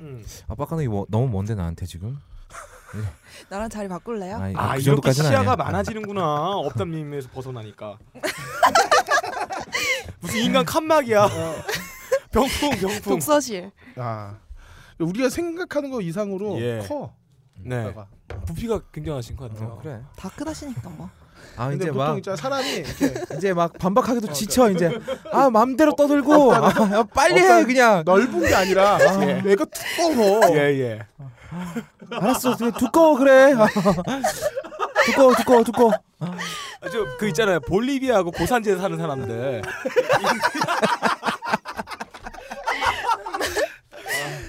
음. 아빠가는 뭐, 너무 먼데 나한테 지금. 나랑 자리 바꿀래요? 아니, 아 그 이렇게 정도까지는 시야가 아니야. 많아지는구나 업담님에서 벗어나니까 무슨 인간 칸막이야 병풍 병풍 독서실. 아 우리가 생각하는 거 이상으로 예. 커. 네 가 부피가 굉장하신 것 같아요 어, 그래. 다 크다시니까 뭐. 아 근데 이제 보통 막 있잖아 사람이 이렇게 이제 막 반박하기도 어, 지쳐 네. 이제 아 마음대로 떠들고 아, 야, 빨리 해 없다는- 그냥 넓은 게 아니라 예. 내가 두꺼워. 어. 예예 알았어 그냥 두꺼워 그래 네. 두꺼워 두꺼워 두꺼워 아주 그 있잖아요 볼리비아하고 고산지에 사는 사람들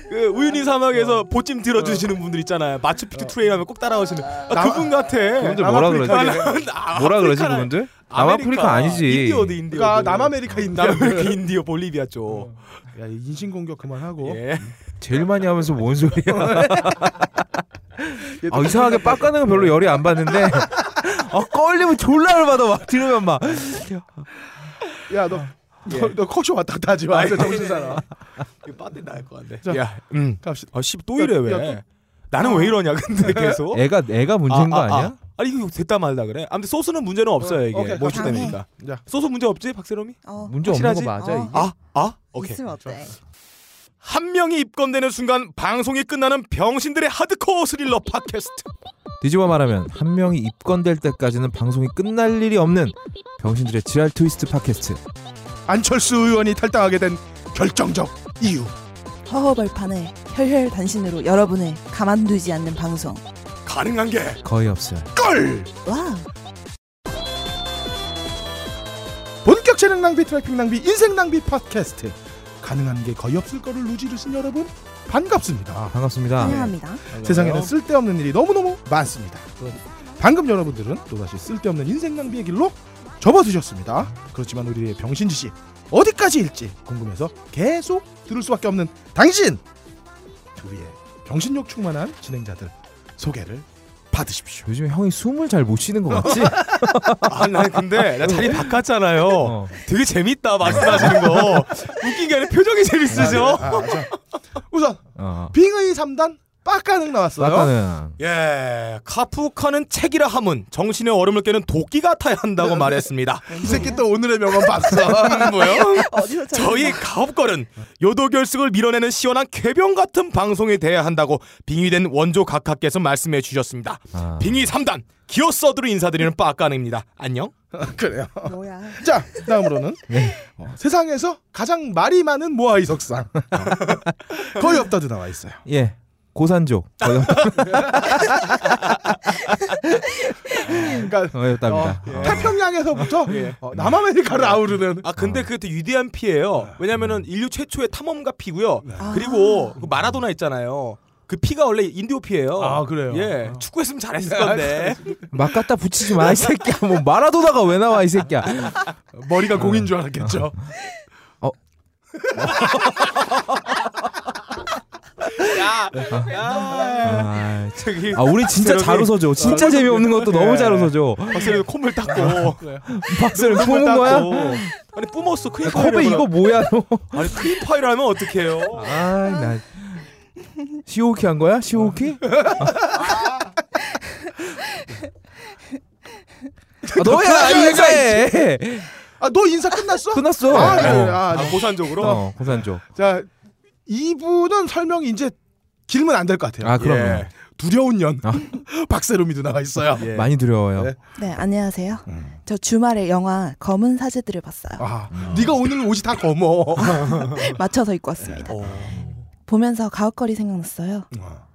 그 우유니 사막에서 보찜 들어주시는 분들 있잖아요 마추픽추 트레인하면 꼭 따라오시는 아, 그분 같아 그분들 뭐라 그러지? 아, 뭐라 그러지 아프리카나- 그분들 아메리카. 남아프리카 아니지 인디오 대 인디오 그러니까 남아메리카 인디언. 남아메리카 인디오 볼리비아 쪽 야 인신 공격 그만하고. 예. 제일 많이 하면서 뭔 소리야 아, 이상하게 빡가는 건 별로 열이 안 받는데 아 걸리면 졸라를 받아 막 들으면 막 야너너 너 커쇼 왔다 갔다 하지 마. 아이, 진짜 정신 사나. 이거 빠데 나을 것 같네. 자. 야, 음. 갑시다. 아, 씨, 또 이래 왜? 야, 아. 나는 왜 이러냐 근데 계속. 애가 애가 문제인 거 아니야? 뭐? 아, 니 이거 됐다 말다 그래. 아무튼 소스는 문제는 없어요 이게. 오케이, 뭐지 갑시다. 때문이니까. 자. 소스 문제 없지 박세롬이? 어. 문제 없는 거 확실하지? 맞아 어. 이게? 아, 아, 오케이. 있으면 어때? 한 명이 입건되는 순간 방송이 끝나는 병신들의 하드코어 스릴러 팟캐스트. 뒤집어 말하면 한 명이 입건될 때까지는 방송이 끝날 일이 없는 병신들의 지랄 트위스트 팟캐스트 안철수 의원이 탈당하게 된 결정적 이유. 허허벌판을 혈혈 단신으로 여러분을 가만두지 않는 방송. 가능한 게 거의 없어요. 걸. 와우. 본격 재능 낭비, 트래핑 낭비, 인생 낭비 팟캐스트. 가능한 게 거의 없을 거를 누지르신 여러분 반갑습니다. 아, 네. 반갑습니다. 환영합니다. 세상에는 어? 쓸데없는 일이 너무너무 많습니다. 방금 여러분들은 또다시 쓸데없는 인생 낭비의 길로 접어드셨습니다. 그렇지만 우리의 병신짓이 어디까지일지 궁금해서 계속 들을 수밖에 없는 당신! 우리의 병신욕 충만한 진행자들 소개를 받으십시오. 요즘 형이 숨을 잘 못 쉬는 것 같지? 아, 나 근데 나 자리 바꿨잖아요. 어. 되게 재밌다 말씀하시는 거. 웃긴 게 아니라 표정이 재밌으죠. 아, 자, 우선 어. 빙의 3단 빡가능 나왔어요. 아까는 예, 카프카는 책이라 함은 정신의 얼음을 깨는 도끼 같아야 한다고 말했습니다. 네. 이 새끼 또 오늘의 명언 봤어. 뭐요? 어디서 저희 아. 가업걸은 요도 결승을 밀어내는 시원한 쾌병 같은 방송이 돼야 한다고 빙의된 원조 각하께서 말씀해 주셨습니다. 아. 빙의 3단 기어 서드로 인사드리는 빠까능입니다. 안녕. 그래요. 뭐야? 자, 다음으로는 어, 세상에서 가장 말이 많은 모아이 석상 거의 없다도 나와 있어요. 예 고산조 거의 없- 그러니까 거의 어, 없답니다. 어. 태평양에서부터 예. 어, 남아메리카를 아우르는 네. 아 근데 그게 되게 위대한 피예요. 왜냐면은 인류 최초의 탐험가피고요. 그리고 그 마라도나 있잖아요. 그 피가 원래 인디오 피예요. 아, 그래요? 예, 아. 축구했으면 잘했을 건데. 막 갖다 붙이지 마 이 새끼야. 뭐 마라도나가 왜 나와 이 새끼야. 머리가 공인 줄 알았겠죠. 아. 어? 야, 야, 아, 저기 아 우리 진짜 박세롬이- 잘 웃어줘. 진짜 재미없는 것도 너무 잘 웃어줘. 박세롬이 콧물 닦고 박수를 뿜은 아, 거야? 아니 뿜었어 크림 파이 컵에 이거 뭐야 너? 아니 크림 파이를 하면 어떡해요 아나 시오키 한 거야? 시오키? 아, 너야 인사 해. 아, 너 인사 끝났어? 끝났어. 아, 그래. 어. 아, 아, 고산적으로 어, 고산조. 자, 이분은 설명이 이제 길면 안 될 것 같아요. 예. 아 그럼요. 두려운 년 아. 박세롬이도 나와 있어요. 예. 많이 두려워요. 네. 네, 안녕하세요. 음. 저 주말에 영화 검은 사제들을 봤어요. 아, 네가 오늘 옷이 다 검어. 맞춰서 입고 왔습니다. 어. 보면서 가옥거리 생각났어요.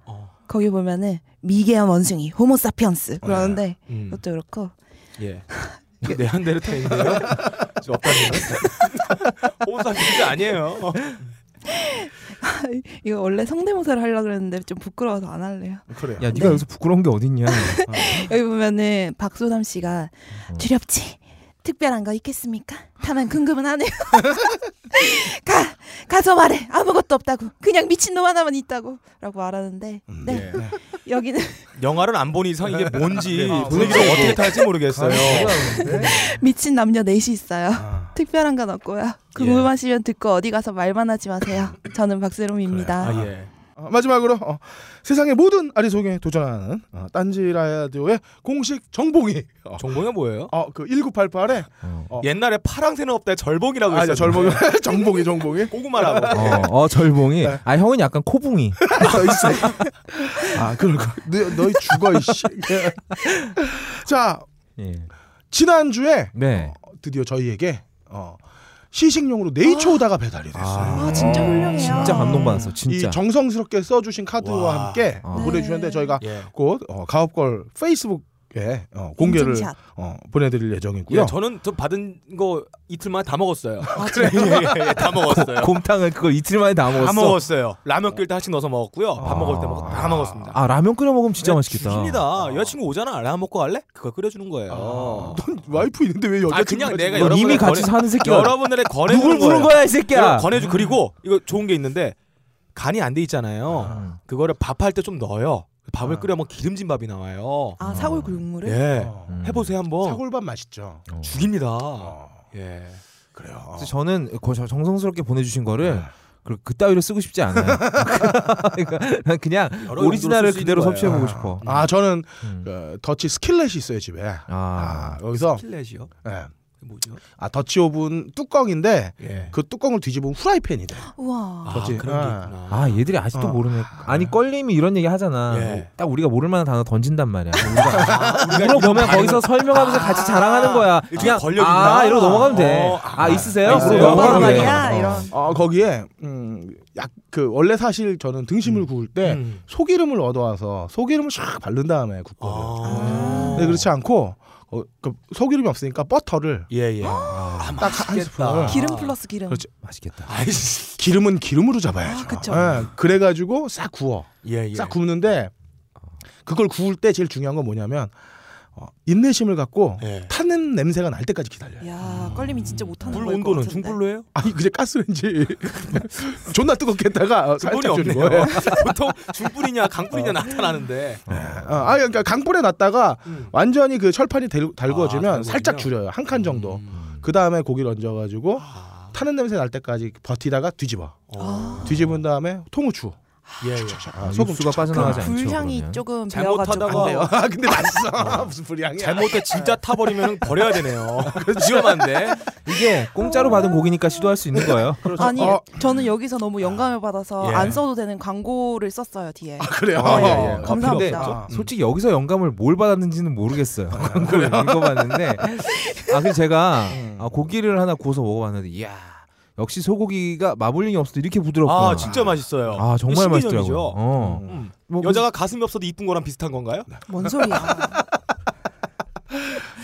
어. 거기 보면은 미개한 원숭이 호모사피언스 그러는데 음. 그것도 그렇고 예. 네한데르타인데요 저 없다는 호사 진짜 아니에요 이거 원래 성대모사를 하려고 그랬는데 좀 부끄러워서 안 할래요. 그래요. 야 네가 여기서 부끄러운 게 어딨냐? 여기 보면은 박소담 씨가 두렵지 특별한 거 있겠습니까? 다만 궁금은 하네요. 가 가서 말해 아무것도 없다고 그냥 미친 놈 하나만 있다고라고 말하는데 네 여기는 영화를 안 본 이상 이게 뭔지 네. 분위기를 아, 어떻게 탈지 모르겠어요 아, 미친 남녀 넷이 있어요. 아. 특별한 그 건 없고요. 궁금하시면 듣고 어디 가서 말만 하지 마세요. 저는 박세롬입니다. 아예 어, 마지막으로 어, 세상의 모든 아리송에 도전하는 어, 딴지 라디오의 공식 정봉이 어, 정봉이가 뭐예요? 어, 그 1988에 어, 네, 어. 옛날에 파랑새는 없다에 절봉이라고 아, 했어요. 절봉이 정봉이 정봉이 고구마라고. 어, 어, 절봉이. 네. 아 형은 약간 코붕이. 아 그럴 거 너, 너희 죽어 이씨 자 예. 지난주에 네. 어, 드디어 저희에게 어, 시식용으로 네이처오다가 배달이 됐어요. 아, 진짜 어, 훌륭해요. 진짜 감동받았어. 이 진짜. 정성스럽게 써주신 카드와 와. 함께 아. 보내주셨는데 저희가 예. 곧 어, 가업걸 페이스북에 어, 공개를 인증샷. 어, 보내드릴 예정이고요. 예, 저는 저 받은 거 이틀 만에 다 먹었어요. 아, 그래. 예, 예, 예, 다 먹었어요. 곰탕을 그걸 이틀 만에 다 먹었어. 다 먹었어요. 라면 끓일 때 하나씩 넣어서 먹었고요. 밥 아. 먹을 때 먹고 다 먹었습니다. 아 라면 끓여 먹으면 진짜 맛있겠다. 죽입니다. 네, 여자친구 오잖아. 라면 먹고 갈래? 그거 끓여주는 거예요. 어. 아. 넌 와이프 있는데 왜 여자? 아 그냥 내가 너 여러분의 이미 같이 권해- 사는 새끼야. 아, 여러분들의 권해 누굴 부른 거야 이 새끼야. 권해주 그리고 이거 좋은 게 있는데 간이 안 돼 있잖아요. 음. 그거를 밥할 때 좀 넣어요. 밥을 아. 끓여면 기름진 밥이 나와요. 아 사골 국물을. 예, 음. 해보세요 한번. 사골밥 맛있죠. 죽입니다. 아. 어, 예. 그래요. 그래서 저는 거- 저- 정성스럽게 보내주신 네. 거를 그, 그따위로 쓰고 싶지 않아요. 그러니까 난 그냥 여러 용도로 오리지널을 쓸수 그대로 있는 거예요. 섭취해보고 싶어. 아 저는 음. 그, 더치 스킬렛이 있어요 집에. 아, 아, 여기서 필렛이요? 예. 뭐죠? 아 더치 오븐 뚜껑인데 예. 그 뚜껑을 뒤집으면 후라이팬이 돼. 우와. 아, 그렇지. 그런 게 아. 있구나. 아 얘들이 아직도 어. 모르네. 아니 껄림이 이런 얘기 하잖아. 예. 뭐딱 우리가 모를 만한 단어 던진단 말이야. 우리가 물어보면 이런 아. 거기서 설명하면서 같이 자랑하는 거야. 이게 그냥 권력이 아 있나? 이러고 넘어가면 돼. 어, 아, 있으세요? 아, 그러고 있어요? 넘어가면 돼. 말이야, 어. 이런. 아 거기에 음, 음약그 원래 사실 저는 등심을 구울 네. 때 음. 소기름을 얻어와서 소기름을 샥 바른 다음에 굽거든요. 아. 네, 근데 그렇죠. 그렇지 않고 어, 그 소기름이 없으니까 버터를 예, 예. 아, 딱한 스푼을. 기름 플러스 기름. 그렇죠. 그렇지. 맛있겠다. 아이씨. 기름은 기름으로 잡아야죠. 아, 그쵸. 예, 그래가지고 싹 구워, 예, 예. 싹 굽는데 그걸 구울 때 제일 중요한 건 뭐냐면 어, 인내심을 갖고 예. 타는 냄새가 날 때까지 기다려요. 야 껄림이 진짜 못하는 불 거일 것 온도는 뭐 같은데. 중불로 해요? 아니 그제 가스레인지 존나 뜨겁겠다가 중불이 살짝 줄이고 없네요. 보통 중불이냐 강불이냐 나타나는데. 어, 아 그러니까 강불에 놨다가 음. 완전히 그 철판이 달- 아, 달궈지면 달궈지면? 살짝 줄여요 한 칸 정도 음. 그 다음에 고기를 얹어가지고 아. 타는 냄새 날 때까지 버티다가 뒤집어 아. 어. 뒤집은 다음에 통후추 예, 예. 아, 아, 소금 소금수가 빠져나가지 않죠. 그러니까 불향이 그러면. 조금 잘못하다가 배어가지고 안 돼요. 아 근데 맛있어 무슨 불향이야 잘못해 진짜 타버리면 버려야 되네요. 아, 위험한데. 이게 공짜로 어. 받은 고기니까 시도할 수 있는 거예요. 아니 어. 저는 여기서 너무 영감을 받아서 예. 안 써도 되는 광고를 썼어요 뒤에. 그래요 아, 예, 예. 감사합니다. 근데 아, 솔직히 여기서 영감을 뭘 받았는지는 모르겠어요. 광고를 읽어봤는데 아 근데 제가 아, 고기를 하나 구워서 먹어봤는데 이야 역시 소고기가 마블링이 없어도 이렇게 부드럽구나. 아 진짜 맛있어요. 아, 정말 이게 신기전이죠. 맛있더라고요. 어. 음. 음. 뭐 여자가 가슴이 없어도 이쁜 거랑 비슷한 건가요? 뭔 소리야?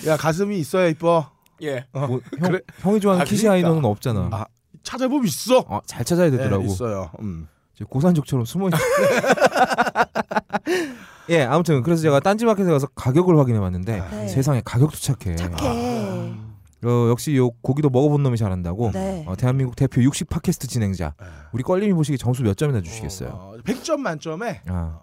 야 가슴이 있어야 이뻐 예. 그- 뭐, 형, 그래. 형이 좋아하는 아, 키시 그러니까. 아이너는 없잖아. 아, 찾아보면 있어 아, 잘 찾아야 되더라고. 예, 있어요 음. 이제 고산족처럼 숨어 있는. 예, 아무튼 그래서 제가 딴지마켓에 가서 가격을 확인해 봤는데 네. 세상에 가격도 착해. 착해. 아. 어, 역시 요 고기도 먹어본 놈이 잘한다고. 네. 어, 대한민국 대표 60 팟캐스트 진행자 우리 껄림이 보시기 점수 몇 점이나 주시겠어요? 예. 어, 100점 만점에 아,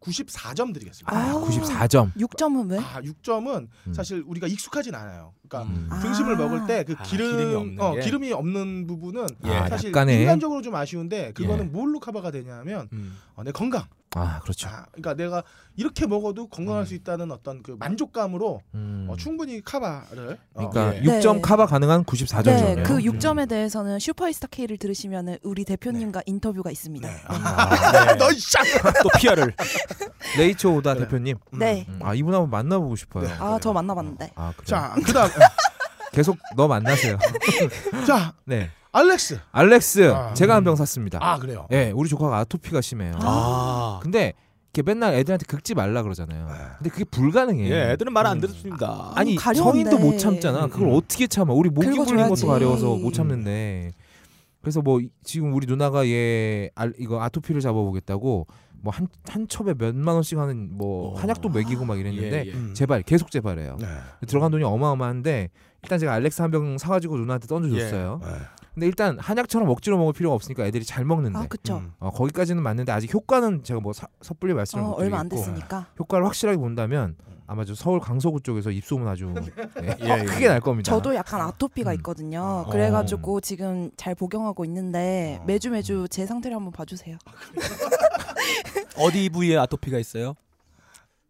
94점 드리겠습니다 아, 94점. 6점은 왜? 아 6점은 음. 사실 우리가 익숙하진 않아요 그러니까 음. 등심을 먹을 때 그 아, 기름 기름이 없는 어, 게. 기름이 없는 부분은 예. 사실 아, 약간의- 인간적으로 좀 아쉬운데 그거는 예. 뭘로 커버가 되냐면 음. 어, 내 건강. 아, 그렇죠. 아, 그러니까 내가 이렇게 먹어도 건강할 수 있다는 어떤 그 만족감으로 음. 어, 충분히 커버를. 어, 그러니까 예. 6점 네. 카바 가능한 94점이네요. 네, 그 6점에 대해서는 슈퍼스타 K를 들으시면은 우리 대표님과 인터뷰가 있습니다. 아, 네. 아, 너이 쌍. 또 피아를. 레이초 오다 그래. 대표님. 네. 음, 아, 이분 한번 만나보고 싶어요. 아, 저 만나봤는데. 아, 그래. 네. 자, 그다음 예. 계속 너 만나세요. 자 네. 알렉스. 알렉스 아, 제가 한 병 샀습니다. 아 그래요. 예, 우리 조카가 아토피가 심해요. 아. 근데 이렇게 맨날 애들한테 긁지 말라 그러잖아요. 근데 그게 불가능해요. 예, 애들은 말 안 듣습니다. 아니 가려운데. 성인도 못 참잖아. 그걸 음. 어떻게 참아? 우리 목이 굴린 긁어줘야지. 것도 가려워서 못 참는데. 그래서 뭐 이- 지금 우리 누나가 얘 알- 이거 아토피를 잡아보겠다고 뭐 한 한 첩에 몇만 원씩 하는 뭐 어. 오. 한약도 먹이고 막 예, 이랬는데 예. 음. 제발 계속 제발해요. 네. 들어간 돈이 어마어마한데 일단 제가 알렉스 한 병 사가지고 누나한테 던져줬어요. 예. 네. 근데 일단 한약처럼 억지로 먹을 필요가 없으니까 애들이 잘 먹는데 아, 그쵸. 음. 어, 거기까지는 맞는데 아직 효과는 제가 뭐 사- 섣불리 말씀을 어, 못 얼마 안 드리겠고 됐으니까. 효과를 확실하게 본다면 아마 저 서울 강서구 쪽에서 입소문 아주 네, 예, 예. 크게 날 겁니다. 저도 약간 아토피가 음. 있거든요. 어. 그래가지고 지금 잘 복용하고 있는데 매주 매주 제 상태를 한번 봐주세요. 어디 부위에 아토피가 있어요?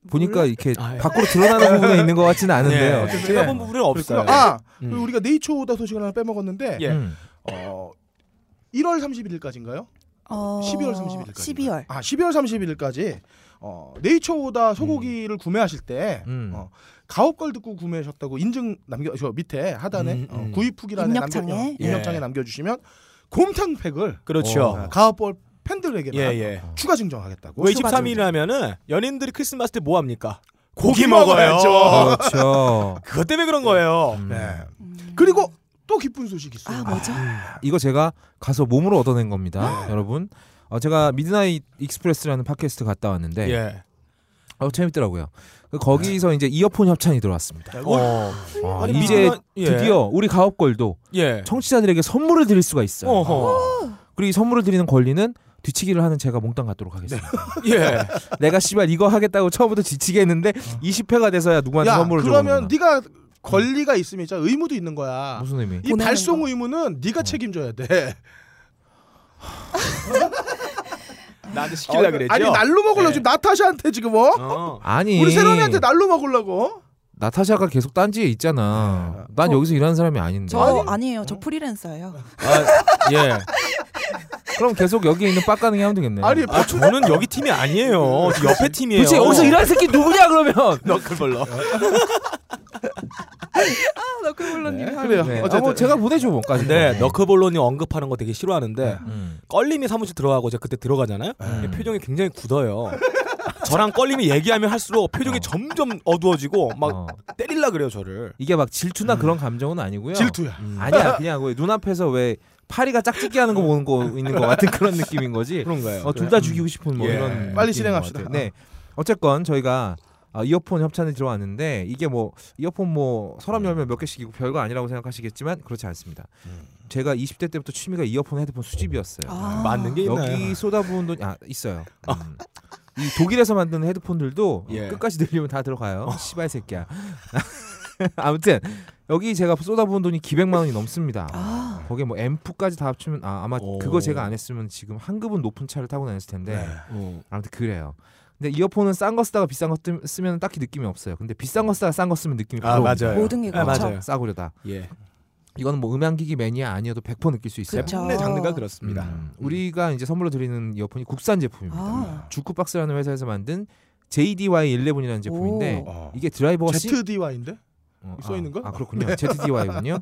보니까 이렇게 아, 예. 밖으로 드러나는 부분에 있는 것 같지는 않은데요. 예. 제가 본 부분은 없어요. 아 예. 음. 그리고 우리가 네이처 오다 소식을 하나 빼먹었는데 예. 음. 어 1월 31일까지인가요? 어, 12월 31일까지. 12월. 아 12월 31일까지 어 네이처 오다 소고기를 구매하실 때 음. 어, 가업걸 듣고 구매하셨다고 인증 남겨 저 밑에 하단에 음, 음. 어, 구입 후기란에 입력창에? 남겨, 어, 예. 입력창에 남겨주시면 곰탕팩을 그렇죠. 어. 가업걸 팬들에게 뭐 예, 예. 추가 증정하겠다고. 왜 추가 증정. 23일이라면은 연인들이 크리스마스 때 뭐 합니까? 고기 고기 먹어야죠. 먹어요. 그렇죠. 그것 때문에 그런 거예요. 음. 네. 음. 그리고 또 기쁜 소식이 있어요. 아 뭐죠? 이거 제가 가서 몸으로 얻어낸 겁니다, 여러분. 어, 제가 미드나잇 익스프레스라는 팟캐스트 갔다 왔는데 예. 어, 재밌더라고요. 그 거기서 이제 이어폰 협찬이 들어왔습니다. 어. 아, 아니, 이제 미드나잇- 예. 드디어 우리 가업걸도 예. 청취자들에게 선물을 드릴 수가 있어요. 어허. 그리고 이 선물을 드리는 권리는 뒤치기를 하는 제가 몽땅 갖도록 하겠습니다. 예. 내가 씨발 이거 하겠다고 처음부터 지치게 했는데 20회가 돼서야 누구한테 어. 야 선물을 줘. 그러면 네가 음. 권리가 있으면 진짜 의무도 있는 거야. 무슨 의미? 이 보내는 발송 거. 의무는 어. 네가 책임져야 돼. 나한테 시키려 그랬죠. 어, 아니 날로 먹으려고 예. 지금 나타샤한테 지금 어? 어. 아니 우리 세롬이한테 날로 먹으려고? 나타샤가 계속 딴지에 있잖아. 난 저- 여기서 일하는 사람이 아닌데. 저 아니에요. 저 프리랜서예요. 아, 예. 그럼 계속 여기에 있는 빡가능이 하면 되겠네. 아니 어. 아, 저는 여기 팀이 아니에요. 저 옆에 팀이에요. 도대체 여기서 일하는 새끼 누구냐 그러면? 너클볼러. 아 너클볼러님. 그래요. 네. 어쨌든 아, 뭐 제가 보내줘 뭔가지. 네, 근데 너클볼러님 언급하는 거 되게 싫어하는데 음. 껄림이 사무실 들어가고 제가 그때 들어가잖아요. 음. 표정이 굉장히 굳어요. 저랑 껄림이 얘기하면 할수록 표정이 어. 점점 어두워지고 막 어. 때릴라 그래요 저를. 이게 막 질투나 그런 감정은 아니고요. 음. 질투야. 아니야 그냥 왜 눈앞에서 왜 파리가 짝짓기 하는 거 보는 거 있는 거 같은 그런 느낌인 거지. 그런가요? 어, 둘 다 죽이고 싶은 뭐 예. 이런 빨리 느낌인 것 실행합시다. 같아요. 네, 어쨌건 저희가 아, 이어폰 협찬이 들어왔는데 이게 뭐 이어폰 뭐 서랍 열면 몇 개씩이고 별거 아니라고 생각하시겠지만 그렇지 않습니다. 제가 20대 때부터 취미가 이어폰 헤드폰 수집이었어요. 아. 맞는 게 있나요? 여기 쏟아부은 돈이 아, 있어요. 음. 이 독일에서 만드는 헤드폰들도 예. 끝까지 들리면 다 들어가요. 씨발 새끼야. 아무튼 여기 제가 쏟아부은 돈이 기백만 원이 넘습니다. 아. 거기에 뭐 앰프까지 다 합치면 아, 아마 오. 그거 제가 안 했으면 지금 한 급은 높은 차를 타고 다녔을 텐데 어. 아무튼 그래요. 근데 이어폰은 싼 거 쓰다가 비싼 거 뜸- 쓰면 딱히 느낌이 없어요. 근데 비싼 거 쓰다가 싼 거 쓰면 느낌이 아 바로 맞아요. 모든 게 아, 그렇죠. 맞아요. 싸구려다. 예. 이거는 뭐 음향기기 매니아 아니어도 100% 느낄 수 있어요. 그쵸. 대부분의 장르가 그렇습니다. 음, 우리가 이제 선물로 드리는 이어폰이 국산 제품입니다. 아. 주쿠박스라는 회사에서 만든 JDY11이라는 제품인데 오. 어. 이게 드라이버가 씨- ZDY인데? 어, 써 아, 있는 거? 아 그렇군요. ZDY군요.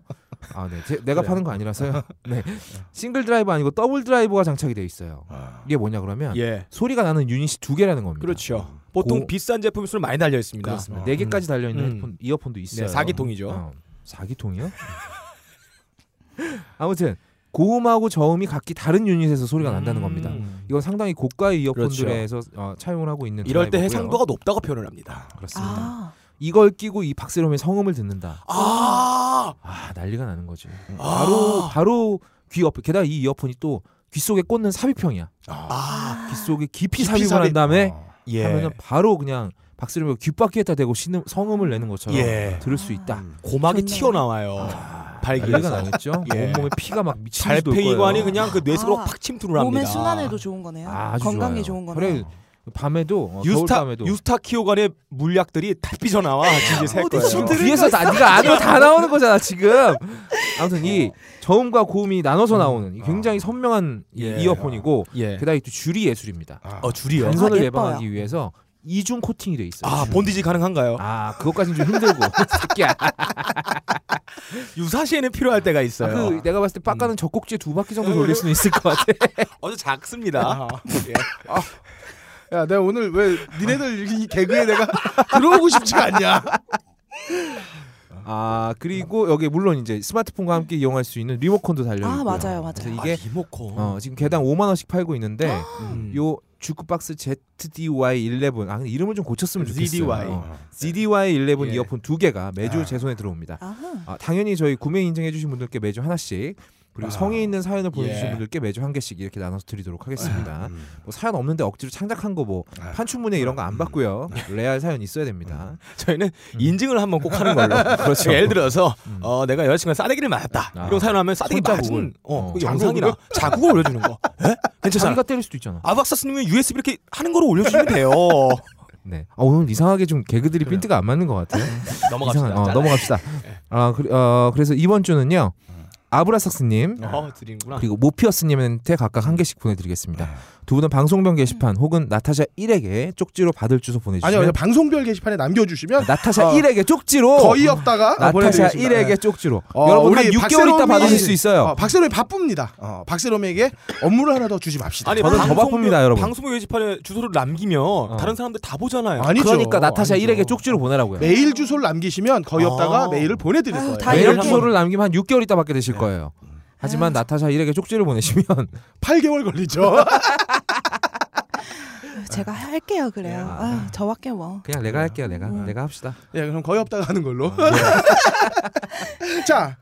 아 네, 제- 내가 네. 파는 거 아니라서요. 네, 싱글 드라이버 아니고 더블 드라이버가 장착이 돼 있어요. 이게 뭐냐 그러면 예. 소리가 나는 유닛이 두 개라는 겁니다. 그렇죠. 보통 음. 고- 비싼 제품일수록 많이 달려 있습니다. 그렇습니다. 어. 네 개까지 달려 있는 음. 헤드폰, 이어폰도 있어요. 네, 사기통이죠. 어, 사기통이요? 아무튼 고음하고 저음이 각기 다른 유닛에서 소리가 난다는 겁니다. 음. 그렇죠. 이건 상당히 고가의 이어폰들에서 어, 차용을 하고 있는 이럴 때 드라이버고요. 해상도가 높다고 표현을 합니다. 그렇습니다. 아. 이걸 끼고 이 박세롬의 성음을 듣는다. 아, 아 난리가 나는 거지. 음. 바로 바로 귀 옆에 게다가 이 이어폰이 또 귀 속에 꽂는 삽입형이야. 아, 귀 속에 깊이, 깊이 삽입을 한 다음에 어. 예. 하면은 바로 그냥 박세롬이 귓바퀴에다 대고 신음, 성음을 내는 것처럼 예. 들을 수 있다. 고막이 좋네요. 튀어나와요. 어. 아. 난리가 발기에서 나겠죠. 예. 온몸에 피가 막 미친 듯이 돌 발폐기관이 거예요. 그냥 그 뇌수로 아, 팍 침투를 합니다. 몸의 순환에도 좋은 거네요. 아, 아주 건강에 좋아요. 좋은 거네요. 그래 밤에도 어, 유스타 겨울밤에도 아. 유스타키오관의 물약들이 다 삐져나와 진짜 새 어디 거예요. 지금 들은 귀에서 다 네가 안으로 다 나오는 거잖아 지금. 아무튼 어. 이 저음과 고음이 나눠서 나오는 이 굉장히 선명한 이 아. 예. 이어폰이고 예. 게다가 또 줄이 예술입니다. 아. 어 줄이요. 단서- 단선을 예뻐요. 예방하기 위해서 이중 코팅이 돼 있어요. 아 본디지 가능한가요? 아 그것까지는 좀 힘들고 새끼야. 유사시에는 필요할 때가 있어요. 그 내가 음. 봤을 때 빡가는 젖꼭지에 두 바퀴 정도 돌릴 수는 있을 것 같아. 어제 작습니다. 예. 야, 내가 오늘 왜 니네들 이 개그에 내가 들어오고 싶지가 않냐? 아 그리고 여기 물론 이제 스마트폰과 함께 이용할 수 있는 리모컨도 달려 있고요. 아 맞아요, 그래서 맞아요. 이게 아, 리모컨. 어, 지금 개당 5만 원씩 팔고 있는데 음. 요 주크박스 ZDY11 아 근데 이름을 좀 고쳤으면 그 좋겠어요. ZDY. 음. 어. ZDY11 예. 아. 이어폰 두 개가 매주 제 손에 들어옵니다. 아하. 아, 당연히 저희 구매 인증해 주신 분들께 매주 하나씩 그리고 아. 성의 있는 사연을 보내주신 예. 분들께 매주 한 개씩 이렇게 나눠서 드리도록 하겠습니다. 음. 뭐 사연 없는데 억지로 창작한 거 뭐 아. 판춘문예 이런 거 안 받고요. 레알 사연 있어야 됩니다. 저희는 인증을 한번 꼭 하는 걸로. 그렇죠. 예를 들어서 음. 어, 내가 여자친구가 싸대기를 맞았다. 아. 이런 사연하면 싸대기 손자국을. 맞은 어, 그 어. 영상이나 자국을 올려주는 거. 예? 괜찮아. 자기가 때릴 수도 있잖아. 아박사스님은 USB 이렇게 하는 거로 올려주시면 돼요. 네. 아, 오늘 이상하게 좀 개그들이 핀트가 안 맞는 것 같아요. 넘어갑시다. 이상한- 어, 넘어갑시다. 아, 그, 어, 그래서 이번 주는요. 아브라삭스님 어, 드리는구나. 그리고 모피어스님한테 각각 한 개씩 보내드리겠습니다. 두 분은 방송병 게시판 혹은 나타샤 1에게 쪽지로 받을 주소 아니요, 보내주시면 아, 아니요, 방송별 게시판에 남겨주시면 나타샤 네. 어. 1에게 쪽지로 거의 없다가 나타샤 아, 보내드리겠습니다. 1에게 쪽지로 어, 여러분 한 우리 6개월 있다 박세롬이- 받으실 수 있어요. 어, 박세롬이 바쁩니다. 어, 박세롬에게 업무를 하나 더 주지 맙시다. 저는 더 바쁩니다, 그 여러분. 방송 게시판에 주소를 남기면 다른 사람들 다 보잖아요. 아니죠. 그러니까 나타샤 아니죠. 네. 1에게 쪽지로 보내라고요. 메일 주소를 남기시면 거의 없다가 아. 메일을 보내드릴 아유, 거예요. 다 매일 이렇게- 주소를 남기면 한 6개월 있다 받게 네. 되실 거예요. 하지만 나타샤 1에게 쪽지를 보내시면 8개월 걸리죠. 제가 할게요 그래요. 아, 저밖에 뭐. 그냥 내가 할게요. 내가 내가 합시다. 예, 그럼 거의 없다가 하는 걸로. 아, 네. 자,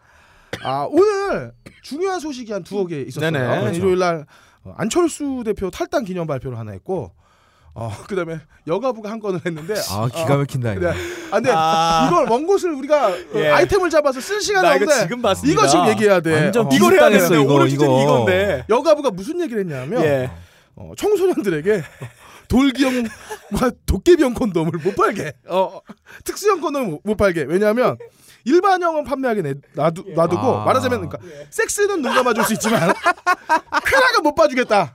아, 오늘 중요한 소식이 한 두어 개 있었어요. 네네. 그렇죠. 일요일 날 어, 안철수 대표 탈당 기념 발표를 하나 했고, 어, 그다음에 여가부가 한 건을 했는데, 아 기가 막힌다 이거. 네. 아, 근데 아. 이걸 먼 곳을 우리가 어, 예. 아이템을 잡아서 쓸 시간이 나 이거 없는데 지금 봤습니다. 이거 지금 얘기해야 돼. 완전 어. 이걸 해야 비슷하겠어, 되는데 이거, 오늘 주제는 이거. 이건데. 여가부가 무슨 얘기를 했냐면 예. 어, 청소년들에게 돌기형 뭐, 도깨비형 콘돔을 못 팔게 어, 특수형 콘돔을 못- 못 팔게 왜냐하면 일반형은 판매하게 내, 놔두, 놔두고 아. 말하자면 그러니까 섹스는 눈 감아줄 수 있지만 크라가 못 봐주겠다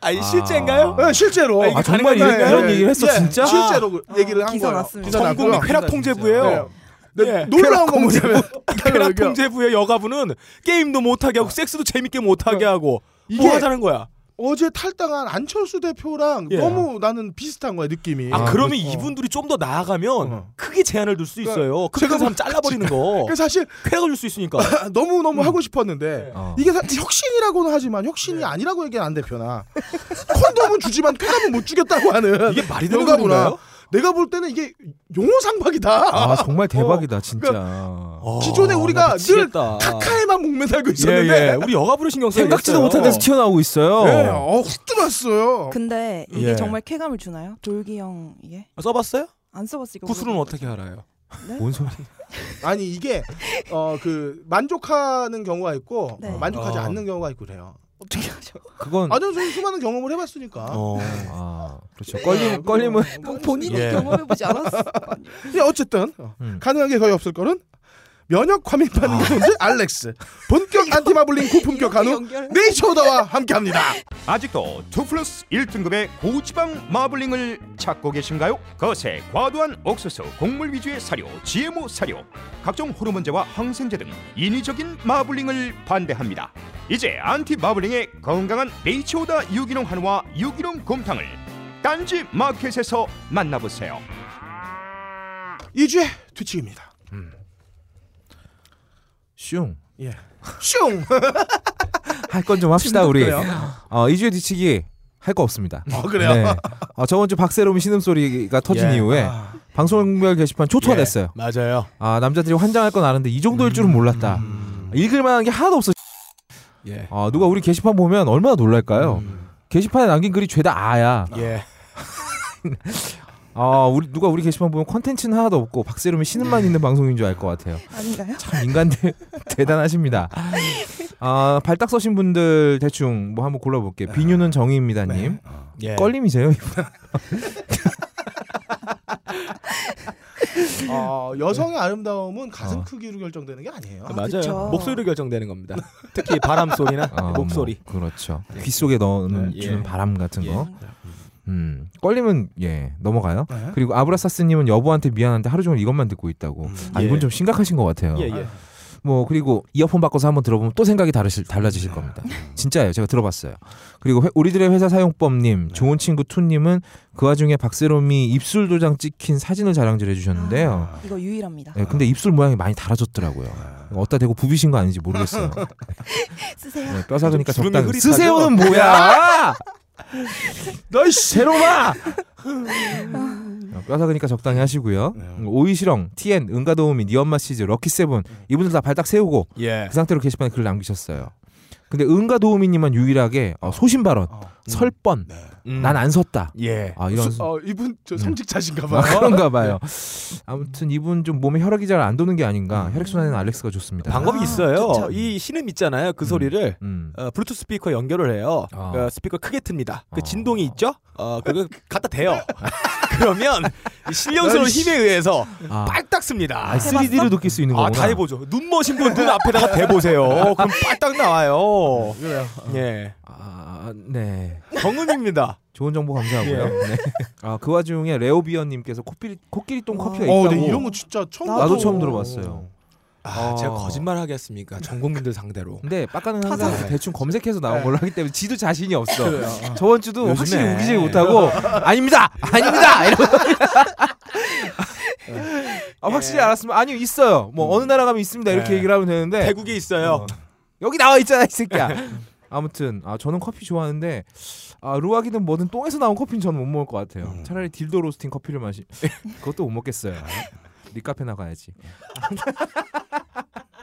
아, 이 실제인가요? 아. 예, 실제로 예, 아, 이게 정말 가능한가요? 이런- 이런 얘기를 했어, 진짜? 실제로 그 얘기를 한 기사 거예요 났습니다. 기사 났고요. 전국민 쾌락 통제부예요. 네. 예. 놀라운 건 뭐냐면 쾌락 통제부의 여가부는 게임도 못하게 하고 섹스도 재밌게 못하게 하고 그러니까 이게- 뭐 하자는 거야? 어제 탈당한 안철수 대표랑 예. 너무 나는 비슷한 거야 느낌이 아, 아, 그러면 그렇죠. 이분들이 좀 더 나아가면 어. 크게 제한을 둘 수 있어요. 크게 제가 그 사람 잘라버리는 거. 그래서 사실 쾌락을 줄 수 있으니까. 너무 너무 음. 하고 싶었는데 어. 이게 사- 혁신이라고는 하지만 혁신이 아니라고 얘기는 안 대표나 콘돔은 주지만 쾌감은 못 주겠다고 하는 이게 말이 되는 여가구나. 건가요? 내가 볼 때는 이게 용호상박이다. 아 정말 그 대박이다 진짜. 어, 기존에 우리가 늘 아, 미치겠다. 카카에만 목매 살고 예, 있었는데 예. 우리 여가부를 신경 써야 생각지도 못한 데서 튀어나오고 있어요. 예, 어, 훅 들어왔어요. 근데 이게 예. 정말 쾌감을 주나요? 돌기형 이게 써봤어요? 안 써봤으니까. 구슬은 어떻게 알아요? 뭔 소리? 아니 이게 어 그 만족하는 경우가 있고 네. 어, 만족하지 어. 않는 경우가 있고 그래요. 어떻게 하죠? 그건 아니 저는 수많은 경험을 해봤으니까. 네, 어. 뭐, 아 그렇죠. 걸림 걸림은 본인이 예. 경험해보지 않았어. 근데 어쨌든 어, 음. 가능한 게 거의 없을 거는 면역 과민 아. 반응 존재 알렉스 본격 안티마블링 고품격 간호 연결. 네이처오다와 함께합니다. 아직도 2 플러스 1등급의 고지방 마블링을 찾고 계신가요? 거세 과도한 옥수수, 곡물 위주의 사료, GMO 사료, 각종 호르몬제와 항생제 등 인위적인 마블링을 반대합니다. 이제 안티 마블링의 건강한 네이처오다 유기농 한우와 유기농 곰탕을 딴지 마켓에서 만나보세요. 이주의 뒤치기입니다. 슝. 예. 슝. 할 건 좀 합시다 우리. 그래요? 어 이주의 뒤치기 할 거 없습니다. 어, 그래요? 어, 저번 주 박세롬 신음소리가 터진 뭐 예. 이후에 아, 방송별 게시판 예. 초토화됐어요. 맞아요. 아 남자들이 환장할 건 아는데 이 정도일 줄은 몰랐다. 읽을 만한 게 하나도 없어. 예. 아 누가 우리 게시판 보면 얼마나 놀랄까요? 게시판에 남긴 글이 죄다 아야. 예. 아 우리 누가 우리 게시판 보면 컨텐츠는 하나도 없고 박세롬이 신음만 있는 방송인 줄 알 것 같아요. 아닌가요? 참 인간들 대단하십니다. 아 발딱 서신 분들 대충 뭐 한번 골라볼게. 요 비뉴는 정의입니다님. 예. 껄림이세요? 어, 여성의 아름다움은 가슴 네. 어. 크기로 결정되는 게 아니에요. 아, 아, 그쵸. 맞아요. 목소리로 결정되는 겁니다. 특히 바람 소리나 아, 목소리. 네. 뭐, 그렇죠. 귀 속에 넣는 예. 주는 바람 같은 예. 거. 음. 껄림은 예 넘어가요. 네. 그리고 아브라사스님은 여보한테 미안한데 하루 종일 이것만 듣고 있다고. 아 예. 이분 좀 심각하신 것 어. 같아요. 예, 예. 뭐 그리고 이어폰 바꿔서 한번 들어보면 또 생각이 다르실 달라지실 네. 겁니다. 진짜예요. 제가 들어봤어요. 그리고 회- 우리들의 회사 사용법님, 네. 좋은 친구 투님은 그 와중에 박세롬이 입술 도장 찍힌 사진을 자랑질 해주셨는데요. 아. 이거 유일합니다. 네, 근데 입술 모양이 많이 달라졌더라고요. 어디다 대고 부비신 거 아닌지 모르겠어요. 쓰세요. 네, 뼈 삭으니까 주름이 적당. 흐릿하죠? 쓰세요는 뭐야? 너이씨. 제로마. 어, 뼈사그니까 적당히 하시고요. 네. 음, 오이시렁, TN, 은가도우미, 니엄마 시즈, 럭키세븐 음. 이분들 다 발딱 세우고 예. 그 상태로 게시판에 글을 남기셨어요. 근데 은가도우미님만 유일하게 어, 소신발언, 어. 설번, 음. 난 안 섰다. 예. 아 이런 무슨- 어, 이분 저 음. 성직자신가 아, 봐요. 그런가 봐요. 네. 아무튼 이분 좀 몸에 혈액이 잘 안 도는 게 아닌가. 음. 혈액 순환에는 알렉스가 좋습니다. 방법이 아, 있어요. 진짜. 이 신음 있잖아요. 그 음. 소리를 음. 어, 블루투스 스피커 연결을 해요. 아. 그 스피커 크게 틉니다. 그 어. 진동이 있죠? 어, 그거 갖다 대요. 그러면 이 신령스러운 힘에 의해서 아, 빨딱 씁니다. 아 3D로 느낄 수 있는 아, 거구나. 다 해보죠. 눈 머신 분눈 앞에다가 대보세요. 그럼 빨딱 나와요. 그래요. 예. 아, 네. 정음입니다. 좋은 정보 감사하고요. 네. 아, 그 와중에 레오비언님께서 코끼리, 코끼리 똥 와. 커피가 어, 네, 있다고. 근데 이런 거 진짜 처음 나도 나도 봐서- 처음 들어봤어요. 아, 아. 제가 거짓말 하겠습니까? 전국민들 상대로. 근데 빡가는 타자. 항상 대충 검색해서 나온 네. 걸로 하기 때문에 지도 자신이 없어. 그래요. 저번 주도 요즘에. 확실히 우기지 못하고 아닙니다, 아닙니다. 이러고 아, 확실히 알았으면 아니요 있어요. 뭐 어느 나라 가면 있습니다 이렇게 네. 얘기를 하면 되는데 대국에 있어요. 여기 나와 있잖아 이 새끼야. 아무튼 아 저는 커피 좋아하는데 아 루아기는 뭐든 똥에서 나온 커피는 저는 못 먹을 것 같아요. 음. 차라리 딜도 로스팅 커피를 마시. 그것도 못 먹겠어요. 네 리카페 나가야지.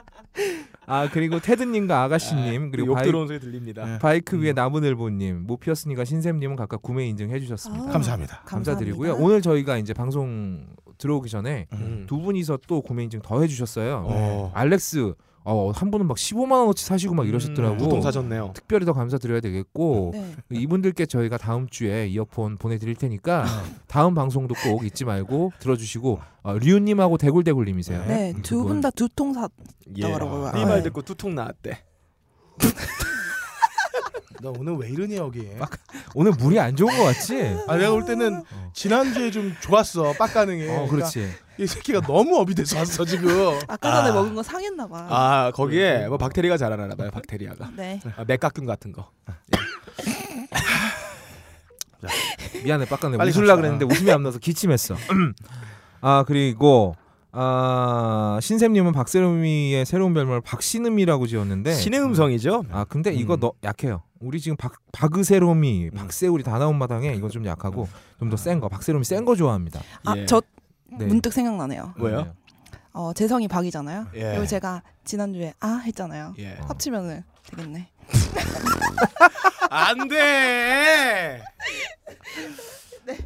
아 그리고 테드님과 아가씨님 그리고 네. 욕 바이, 들어온 소리 들립니다. 음. 네. 바이크 위에 나무늘보님, 모피어스님과 신샘님은 각각 구매 인증해 주셨습니다. 아, 감사합니다. 감사드리고요. 오늘 저희가 이제 방송 들어오기 전에 음. 두 분이서 또 구매 인증 더 해주셨어요. 어. 알렉스 어, 한 분은 막 15만 원어치 사시고 막 이러셨더라고. 음, 두통 사셨네요. 특별히 더 감사드려야 되겠고 네. 이분들께 저희가 다음 주에 이어폰 보내드릴 테니까 다음 방송도 꼭 잊지 말고 들어주시고 어, 류님하고 대굴대굴님이세요. 네, 두 분 다 두통 사. 예. 나와라고. 네 아, 말 예. 듣고 두통 나왔대. 나 오늘 왜 이러니 여기? 오늘 물이 안 좋은 것 같지? 아 내가 올 때는 지난주에 좀 좋았어 빡가능해. 어 그렇지. 이 새끼가 너무 업이 돼서 왔어 아, 지금. 아까 전에 아. 먹은 거 상했나 봐. 아 거기에 뭐 박테리가 자라나 봐요. 박테리아가. 네. 아, 맥각균 같은 거. 미안해 빡가네 빨리 웃으려 갑시다. 그랬는데 웃음이 안 나서 기침했어. 아 그리고 아 신샘님은 박세롬이의 새로운 별명을 박신음이라고 지었는데 신의 네. 음성이죠. 아 근데 이거 음. 너 약해요. 우리 지금 박 박으세롬이 음. 박세울이 다 나온 마당에 이거 좀 약하고 좀 더 센 거 박세롬이 센 거 좋아합니다. 예. 아, 저 네. 문득 생각나네요. 왜요? 네. 어, 재성이 박이잖아요. 예. 그리고 제가 지난주에 아 했잖아요. 예. 합치면은 되겠네. 안 돼.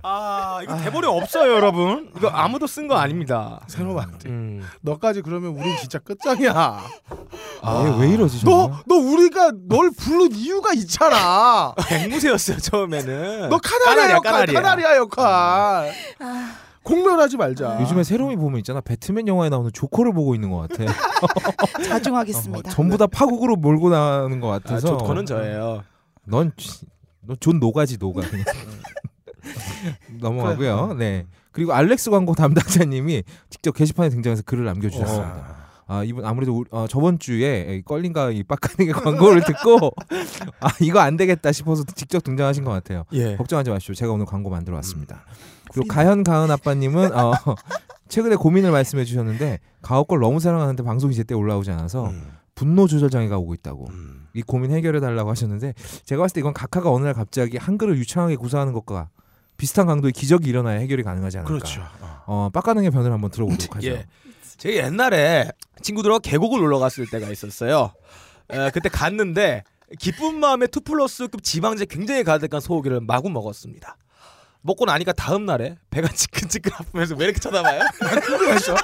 아 이거 대본이 없어요, 여러분. 이거 아무도 쓴 거 아닙니다. 새로운 안 돼. 음. 너까지 그러면 우린 진짜 끝장이야. 아, 왜, 왜 이러지? 너 정말? 너 우리가 널 부른 이유가 있잖아. 백무새였어요 처음에는. 너 까나리야, 카나리아 역할, 까나리야. 카나리아 역할. 공멸하지 말자. 아. 요즘에 새롬이 보면 있잖아 배트맨 영화에 나오는 조커를 보고 있는 것 같아. 어, 자중하겠습니다. 전부 다 파국으로 몰고 나가는 것 아, 같아서. 저, 저는 저예요. 넌넌존 노가지 노가 그냥. 넘어가고요. 네. 그리고 알렉스 광고 담당자님이 직접 게시판에 등장해서 글을 남겨주셨습니다. 아 이분 아무래도 우리- 어, 저번 주에 껄린가 이 빡가는 게 광고를 듣고 아 이거 안 되겠다 싶어서 직접 등장하신 것 같아요. 예. 음. 걱정하지 마십시오. 제가 오늘 광고 만들어 왔습니다. 그리고 가현 가은 아빠님은 어, 최근에 고민을 말씀해 주셨는데 가업 걸 너무 사랑하는데 방송이 제때 올라오지 않아서 음. 분노 조절 장애가 오고 있다고 이 고민 해결해 달라고 하셨는데 제가 봤을 때 이건 각하가 어느 날 갑자기 한글을 유창하게 구사하는 것과 비슷한 강도의 기적이 일어나야 해결이 가능하지 않을까. 그렇죠. 어. 어 빡가능의 변을 한번 들어보도록 하죠. 예. 제가 옛날에 친구들하고 계곡을 놀러 갔을 때가 있었어요. 에, 그때 갔는데 기쁜 마음에 투 플러스급 지방제 굉장히 가득한 소고기를 마구 먹었습니다. 먹고 나니까 다음 날에 배가 지끈지끈 아프면서 왜 이렇게 쳐다봐요? 궁금했어.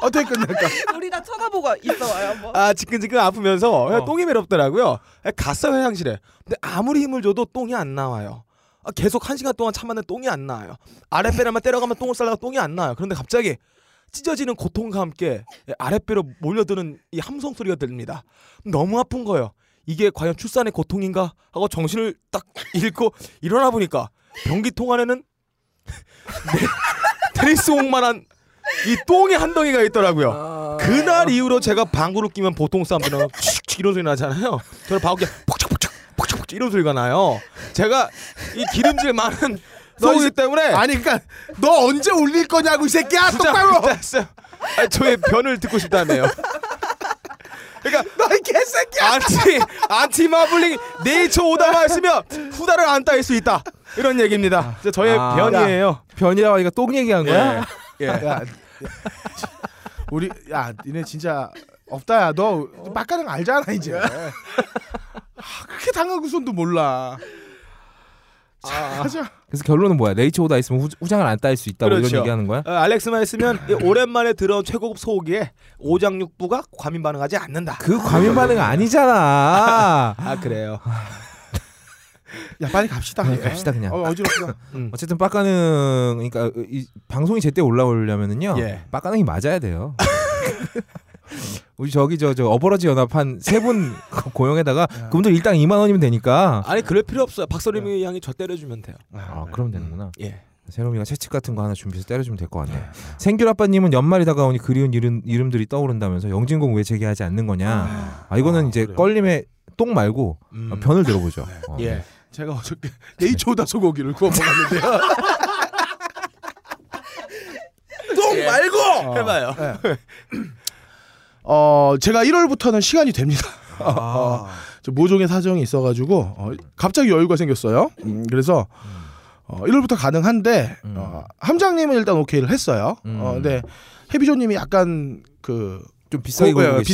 어떻게 끝날까? 네. 우리가 쳐다보고 있어 와요. 뭐. 아 지끈지끈 아프면서 그냥 똥이 매렵더라고요. 에, 갔어요 화장실에. 근데 아무리 힘을 줘도 똥이 안 나와요. 아, 계속 한 시간 동안 참았는데 똥이 안 나와요. 아랫배를만 때려가면 똥을 싸다가 똥이 안 나와요. 그런데 갑자기 찢어지는 고통과 함께 예, 아랫배로 몰려드는 이 함성 소리가 들립니다. 너무 아픈 거예요. 이게 과연 출산의 고통인가 하고 정신을 딱 잃고 일어나 보니까 변기통 안에는 네, 테니스 공만한 이 똥의 한 덩이가 있더라고요. 그날 이후로 제가 방구를 끼면 보통 사람들은 칙칙 이런 소리 나잖아요. 저는 방구 끼면 폭죽폭죽 폭죽폭죽 이런 소리가 나요. 제가 이 기름질 많은 너 소우기 이제- 때문에 아니 그러니까 너 언제 올릴 거냐고 이 새끼야 진짜 똑바로. 진짜였어요. 아니, 저의 변을 듣고 싶다네요. 그러니까 너이 개새끼야. 안티 안티 마블링 네이처 오다가 했으면 후다를 안 따일 수 있다. 이런 얘기입니다. 진짜 저의 아. 변이에요. 예. 변이라고 하니까 똥 얘기한 거야. 야, 야, 우리 야 니네 진짜 없다야 너 막가는 거 알잖아 이제 아, 그렇게 당하고 손도 몰라 자, 가자 그래서 결론은 뭐야? 레이치 오다 있으면 후, 장을안 따일 수 있다고 그렇죠. 이런 얘기하는 거야? 어, 알렉스만 있으면 이 오랜만에 들어온 최고급 소고기에 오장육부가 과민 반응하지 않는다. 그 과민 반응 아니잖아. 아 그래요. 야 빨리 갑시다 그냥 네, 갑시다 그냥. 어, 어지럽다 음. 어쨌든 빡가능 그러니까 이 방송이 제때 올라오려면은요. 예. 빡가능이 맞아야 돼요. 우리 저기 저 저 어버러지 연합한 세 분 고용에다가 그분들 일당 2만 원이면 되니까 아니 그럴 필요 없어요. 박서림이 양이 저 때려주면 돼요. 아 그럼 되는구나. 네. 예. 새롬이가 채찍 같은 거 하나 준비해서 때려주면 될 것 같네. 생귤 아빠님은 연말이 다가오니 그리운 이름, 이름들이 떠오른다면서 영진공 왜 재개하지 않는 거냐. 아 이거는 이제 껄림의 똥 말고 음. 어, 변을 들어보죠. 어. 예. 제가 어저께 네이처오다 소고기를 구워 먹었는데요 똥 말고 해봐요. 예. 어 제가 1월부터는 시간이 됩니다 아. 어, 저 모종의 사정이 있어가지고 어, 갑자기 여유가 생겼어요 음, 그래서 어, 1월부터 가능한데 음. 어, 함장님은 일단 오케이를 했어요 음. 어, 근데 해비조님이 약간 그 좀 비싸게 고- 예, 굴고 있어요,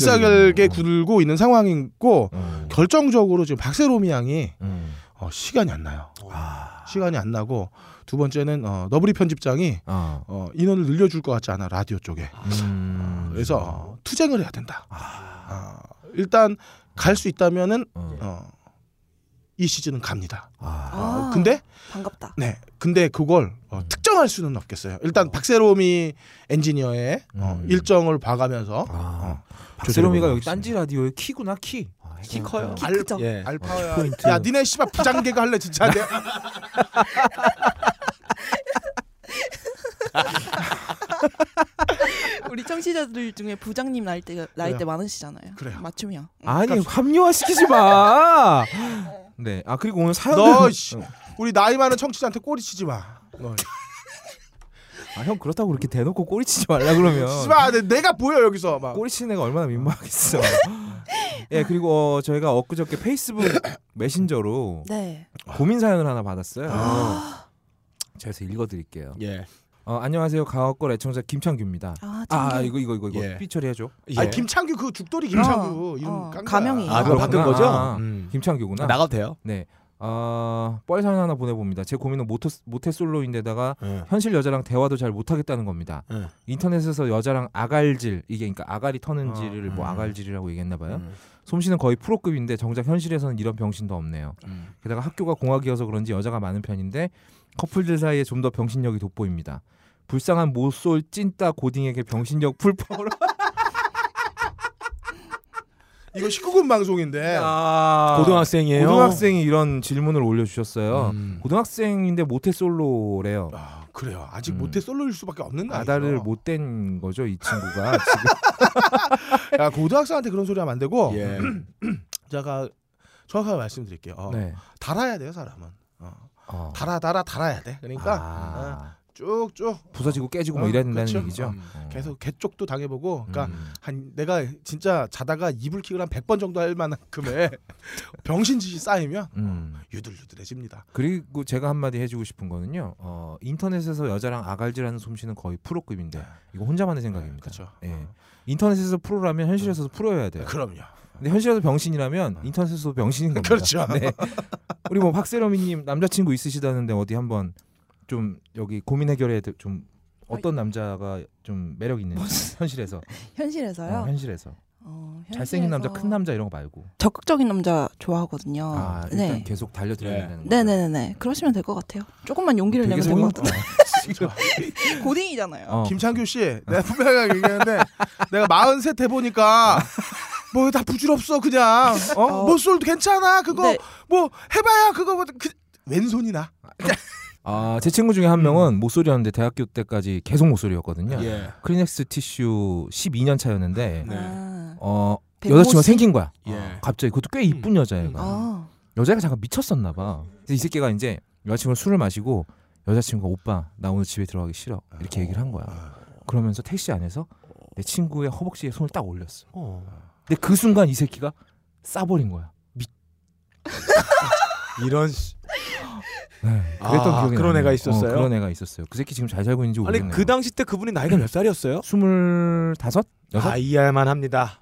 지금. 비싸게 굴고 있는 상황이고 음. 결정적으로 지금 박세롬이 양이 음. 어, 시간이 안 나요. 시간이 안 나고 두 번째는 어, 너브리 편집장이 아. 어, 인원을 늘려줄 것 같지 않아 라디오 쪽에. 음. 그래서 어, 투쟁을 해야 된다. 어, 일단 갈 수 있다면은 어. 어, 이 시즌은 갑니다. 아. 어, 아, 근데 반갑다. 네, 근데 그걸 어, 특정할 수는 없겠어요. 일단 박세롬이 엔지니어의 어, 음. 일정을 봐가면서 아. 조절해보고 박세롬이가 여기 딴지 라디오에 키구나 아, 키. 아, 키 커요. 키 크죠? 예. 어. 알파야. 포인트. 야, 니네 씨발 부장개그 할래 진짜. 내- 우리 청취자들 중에 부장님 나이 때 나이 때 그래요. 많으시잖아요. 그래요. 맞춤형. 응. 아니 합리화 시키지 마. 네. 아 그리고 오늘 아, 사연. 너 씨, 우리 나이 많은 청취자한테 꼬리 치지 마. 어, 너. 아형 그렇다고 그렇게 대놓고 꼬리 치지 말라 그러면. 치지 마. 내- 내가 보여 여기서 막. 어. 꼬리 치는 애가 얼마나 민망하겠어. 예, 그리고 어, 저희가 엊그저께 페이스북 메신저로 네. 고민 사연을 하나 받았어요. 아. 제가 그래서 읽어드릴게요. 예. 어, 안녕하세요, 가옥걸 애청자 김창규입니다. 아, 아, 참견. 이거 이거 이거 이거 예. 삐 처리해줘. 예. 아니 김창규 그 죽돌이 김창규 어, 이름 어, 깐 거야. 가명이에요. 아, 그거 바꾼 거죠? 아, 음. 김창규구나. 나가도 돼요. 네. 아, 뻘 사연 하나 보내봅니다. 제 고민은 모토, 모태 솔로인데다가 현실 여자랑 대화도 잘 못하겠다는 겁니다. 네. 인터넷에서 여자랑 아갈질 이게 그러니까 아갈이 터는지를 아, 뭐 음. 아갈질이라고 얘기했나 봐요. 음. 솜씨는 거의 프로급인데 정작 현실에서는 이런 병신도 없네요. 음. 게다가 학교가 공학이어서 그런지 여자가 많은 편인데 커플들 사이에 좀 더 병신력이 돋보입니다. 불쌍한 모쏠 찐따 고딩에게 병신력 풀파워로 이거 19금 방송인데. 고등학생이에요. 아, 고등학생이 이런 질문을 올려주셨어요. 음. 고등학생인데 모태솔로래요. 아, 그래요. 아직 음. 모태 솔로일 수밖에 없는 나이죠. 아다를 못된 거죠 이 친구가 지금. 야, 고등학생한테 그런 소리 하면 안 되고 예. 제가 정확하게 말씀드릴게요. 어, 네. 달아야 돼요, 사람은. 어, 어. 달아 달아 달아야 돼. 그러니까 아, 어, 쭉쭉 부서지고 깨지고 뭐 어, 이래야 된다는 그렇죠. 얘기죠. 음. 어. 계속 개쪽도 당해보고 그러니까 음. 한 내가 진짜 자다가 이불킥을 한 100번 정도 할 만큼의 병신짓이 쌓이면 음. 유들유들해집니다. 그리고 제가 한마디 해주고 싶은 거는요. 어, 인터넷에서 여자랑 아갈질하는 솜씨는 거의 프로급인데 이거 혼자만의 생각입니다. 네. 그렇죠. 예. 인터넷에서 프로라면 현실에서도 프로여야 돼요. 그럼요. 어. 근데 현실에서 병신이라면 인터넷에서도 병신인 겁니다. 그렇죠. 네. 우리 뭐 박세롬이님 남자친구 있으시다는데 어디 한번 좀 여기 고민 해결에 대- 좀 어떤 남자가 좀 매력 있는 현실에서 어, 현실에서요. 현실에서 어, 잘생긴 남자 현실에서 큰 남자 이런 거 말고 적극적인 남자 좋아하거든요. 아 일단 네. 계속 달려들어야 예. 된다는 거 네네네네 그러시면 될 것 같아요. 조금만 용기를 되게 내면 될 속이 것 같아요. 고딩이잖아요. 네. 어. 김창규 씨, 내가 분명하게 얘기하는데 내가 마흔셋 해보니까 뭐 다 부질없어 그냥 어? 뭐 솔도 괜찮아 그거 네. 뭐 해봐야 그거 뭐 그, 왼손이나 아, 제 친구 중에 한 명은 모쏠이었는데 대학교 때까지 계속 모쏠이었거든요. 예. 크리넥스 티슈 12년 차였는데 네. 아, 어, 백모씨? 여자친구가 생긴 거야. 예. 어, 갑자기 그것도 꽤 이쁜 여자애가. 아, 여자애가 잠깐 미쳤었나 봐. 그래서 이 새끼가 이제 여자친구랑 술을 마시고 여자친구가 오빠 나 오늘 집에 들어가기 싫어 이렇게 얘기를 한 거야. 어. 그러면서 택시 안에서 내 친구의 허벅지에 손을 딱 올렸어. 근데 그 순간 이 새끼가 싸버린 거야. 이런 씨. 그랬던 아, 기억이 그런 나네요. 애가 있었어요? 어, 그런 애가 있었어요. 그 새끼 지금 잘 살고 있는지 아니 모르겠네요. 그 당시 때 그분이 나이가 몇 살이었어요? 스물다섯 여섯 아 이해할만 합니다.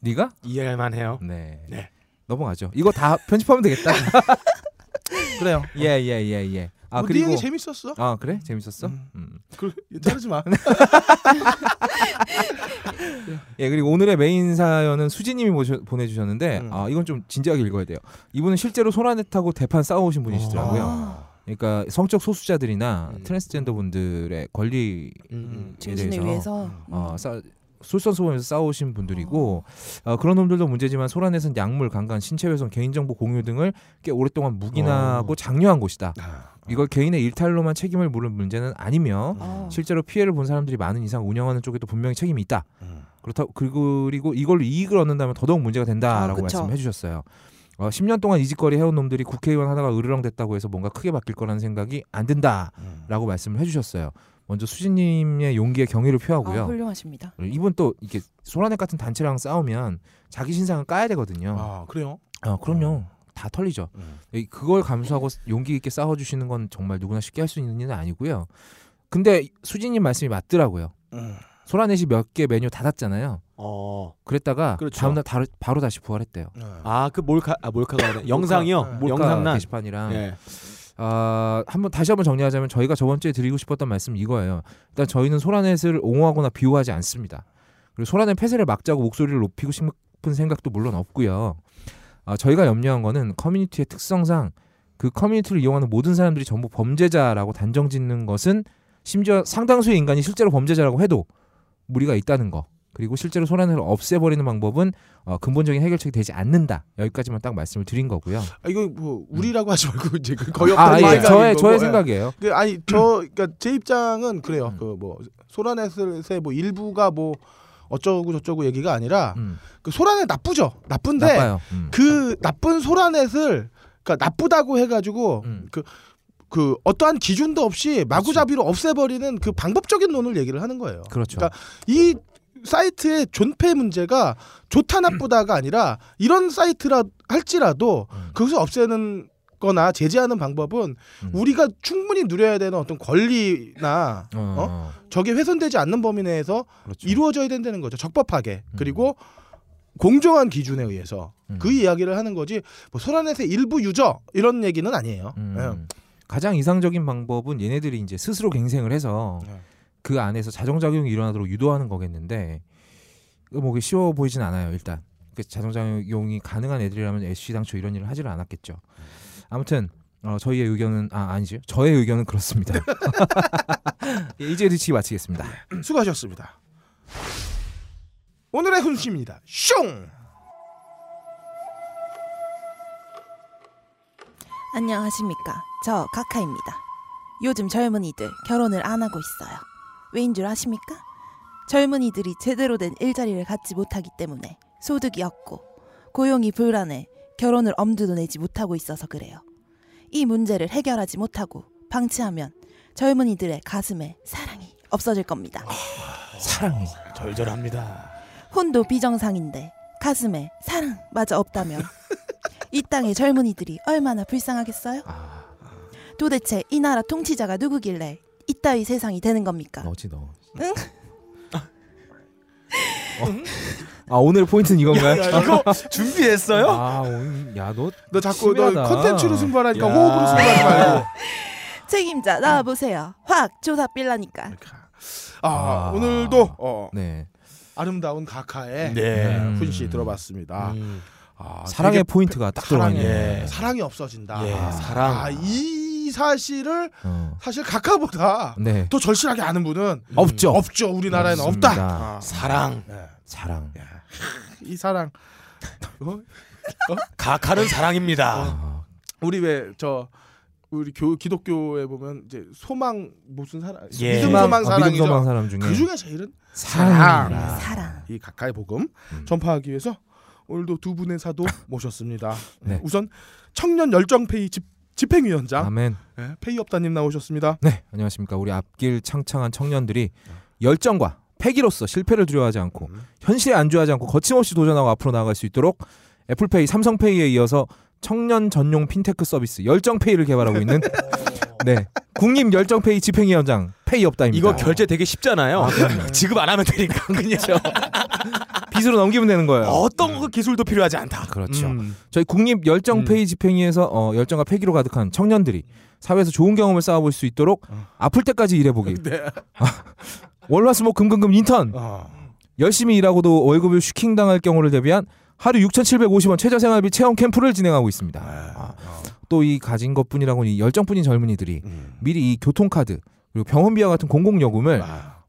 네가 이해할만 해요. 네. 네. 넘어가죠. 이거 다 편집하면 되겠다. 그래요. 예 예 예 예, 예. 아 뭐, 네 그리고 얘기 재밌었어. 아 그래 재밌었어. 음. 음. 그 자르지 마. 예 그리고 오늘의 메인 사연은 수지님이 모셔- 보내주셨는데 음. 아 이건 좀 진지하게 읽어야 돼요. 이분은 실제로 소란에 타고 대판 싸워오신 분이시더라고요. 어. 그러니까 성적 소수자들이나 아. 음. 트랜스젠더 분들의 권리에 음. 정신을 대해서 위해서 어, 싸, 솔선수범해서 싸우신 분들이고 어, 그런 놈들도 문제지만 소란에선 약물, 강간, 신체훼손, 개인정보 공유 등을 꽤 어. 오랫동안 묵인하고 장려한 곳이다. 아. 이걸 개인의 일탈로만 책임을 물을 문제는 아니며 어. 실제로 피해를 본 사람들이 많은 이상 운영하는 쪽에도 분명히 책임이 있다. 음. 그렇다 그리고 그리고 이걸로 이익을 얻는다면 더더욱 문제가 아, 된다라고 그쵸. 말씀해 주셨어요. 어, 10년 동안 이직거리 해온 놈들이 국회의원 하나가 으르렁댔다고 해서 뭔가 크게 바뀔 거라는 생각이 안 든다라고 말씀을 해주셨어요. 먼저 수진님의 용기에 경의를 아, 표하고요. 훌륭하십니다. 이분 또 이렇게 소라넷 같은 단체랑 싸우면 자기 신상을 까야 되거든요. 아 그래요? 아, 그럼요. 다 털리죠. 음. 이- 그걸 감수하고 용기 있게 싸워주시는 건 정말 누구나 쉽게 할 수 있는 일은 아니고요. 근데 수진님 말씀이 맞더라고요. 음. 소라넷이 몇 개 메뉴 닫았잖아요. 어. 그랬다가 그렇죠. 다음날 다르- 바로 다시 부활했대요. 아 그 몰카 아 몰카가 아니라 영상이요. 네. 몰카 영상난. 게시판이랑 예. 아, 한번 다시 한번 정리하자면 저희가 저번 주에 드리고 싶었던 말씀 이거예요. 일단 저희는 소라넷을 옹호하거나 비호하지 않습니다. 그리고 소라넷 폐쇄를 막자고 목소리를 높이고 싶은 생각도 물론 없고요. 아, 저희가 염려한 거는 커뮤니티의 특성상 그 커뮤니티를 이용하는 모든 사람들이 전부 범죄자라고 단정짓는 것은 심지어 상당수의 인간이 실제로 범죄자라고 해도 무리가 있다는 거. 그리고 실제로 소란을 없애버리는 방법은 어, 근본적인 해결책이 되지 않는다. 여기까지만 딱 말씀을 드린 거고요. 아, 이거 뭐 우리라고 하지 말고 이제 그 거의 아, 없다는 예. 말이 저의 아닌 저의 거고. 예. 생각이에요. 그 아니 저 그러니까 제 입장은 그래요. 음. 그 뭐 소란에서의 뭐 일부가 뭐 어쩌고 저쩌고 얘기가 아니라 음. 그 소란에 나쁘죠. 나쁜데 나빠요. 음. 그 나쁜 소란넷을 그러니까 나쁘다고 해가지고 음. 그 어떠한 기준도 없이 마구잡이로 없애버리는 그 방법적인 논을 얘기를 하는 거예요. 그렇죠. 그러니까 이 사이트의 존폐 문제가 좋다 나쁘다가 아니라 이런 사이트라 할지라도 음. 그것을 없애는 거나 제재하는 방법은 음. 우리가 충분히 누려야 되는 어떤 권리나 어, 어? 저게 훼손되지 않는 범위 내에서 그렇죠. 이루어져야 된다는 거죠 적법하게 음. 그리고 공정한 기준에 의해서 음. 그 이야기를 하는 거지 뭐 소란에서 일부 유저 이런 얘기는 아니에요 음. 예. 가장 이상적인 방법은 얘네들이 이제 스스로 갱생을 해서 네. 그 안에서 자정작용이 일어나도록 유도하는 거겠는데 이거 뭐 이게 쉬워 보이진 않아요 일단 그 자정작용이 가능한 애들이라면 애쉬 당초 이런 일을 하지를 않았겠죠 아무튼 어, 저희의 의견은 아 아니지 저의 의견은 그렇습니다 예, 이제 리치 마치겠습니다 예. 수고하셨습니다 오늘의 훈수입니다 숑 안녕하십니까. 저 카카입니다. 요즘 젊은이들 결혼을 안 하고 있어요. 왜인 줄 아십니까? 젊은이들이 제대로 된 일자리를 갖지 못하기 때문에 소득이 없고 고용이 불안해 결혼을 엄두도 내지 못하고 있어서 그래요. 이 문제를 해결하지 못하고 방치하면 젊은이들의 가슴에 사랑이 없어질 겁니다. 사랑이 절절합니다. 혼도 비정상인데 가슴에 사랑마저 없다면 이 땅의 젊은이들이 얼마나 불쌍하겠어요? 도대체 이 나라 통치자가 누구길래 이따위 세상이 되는 겁니까? 너지 너 응? 아 오늘 포인트는 이건가요? 이거 준비했어요? 아, 오늘- 야, 너, 너 자꾸 너 심하다. 컨텐츠로 승부하라니까 야. 호흡으로 승부하지 말고 책임자 나와보세요. 확 조사 빌라니까. 아, 아. 오늘도 어, 네. 아름다운 가카의 네. 네, 훈시 들어봤습니다 음. 아, 음. 사랑의 되게 포인트가 딱 들어가 사랑이 있네. 예. 사랑이 없어진다 예, 아, 사랑. 아, 이 사실을 어. 사실 가카보다 네. 더 절실하게 아는 분은 없죠. 없죠. 우리나라에는 없다. 없습니다. 아, 사랑. 예. 사랑. 이 사랑. 어? 가카는 사랑입니다. 아, 우리 왜 저 우리 교 기독교에 보면 이제 소망 무슨 사랑 예. 믿음 소망, 소망 사랑이죠. 아, 믿음 사람 중에 그 중에 제일은 사랑. 사랑. 이 가까이 복음 음. 전파하기 위해서 오늘도 두 분의 사도 모셨습니다. 네. 우선 청년 열정 페이 집 집행위원장 아멘. 예, 페이 업다님 나오셨습니다. 네, 안녕하십니까. 우리 앞길 창창한 청년들이 열정과 패기로서 실패를 두려워하지 않고 음. 현실에 안주하지 않고 거침없이 도전하고 앞으로 나아갈 수 있도록 애플페이, 삼성페이에 이어서 청년 전용 핀테크 서비스 열정페이를 개발하고 있는 네 국립 열정페이 집행위원장 페이업다입니다. 이거 결제 되게 아. 쉽잖아요. 지급 안 하면 되니까 그냥 빚으로 넘기면 되는 거예요. 어떤 그 기술도 필요하지 않다. 그렇죠. 음. 저희 국립 열정 페이 집행위에서 어, 열정과 패기로 가득한 청년들이 사회에서 좋은 경험을 쌓아볼 수 있도록 어. 아플 때까지 일해보기. 네. 아, 월화수목 금금금 인턴 어. 열심히 일하고도 월급을 슈킹 당할 경우를 대비한 하루 6,750원 최저 생활비 체험 캠프를 진행하고 있습니다. 네. 아, 어. 또 이 가진 것뿐이라고는 이 열정뿐인 젊은이들이 음. 미리 이 교통카드 그리고 병원비와 같은 아. 공공요금을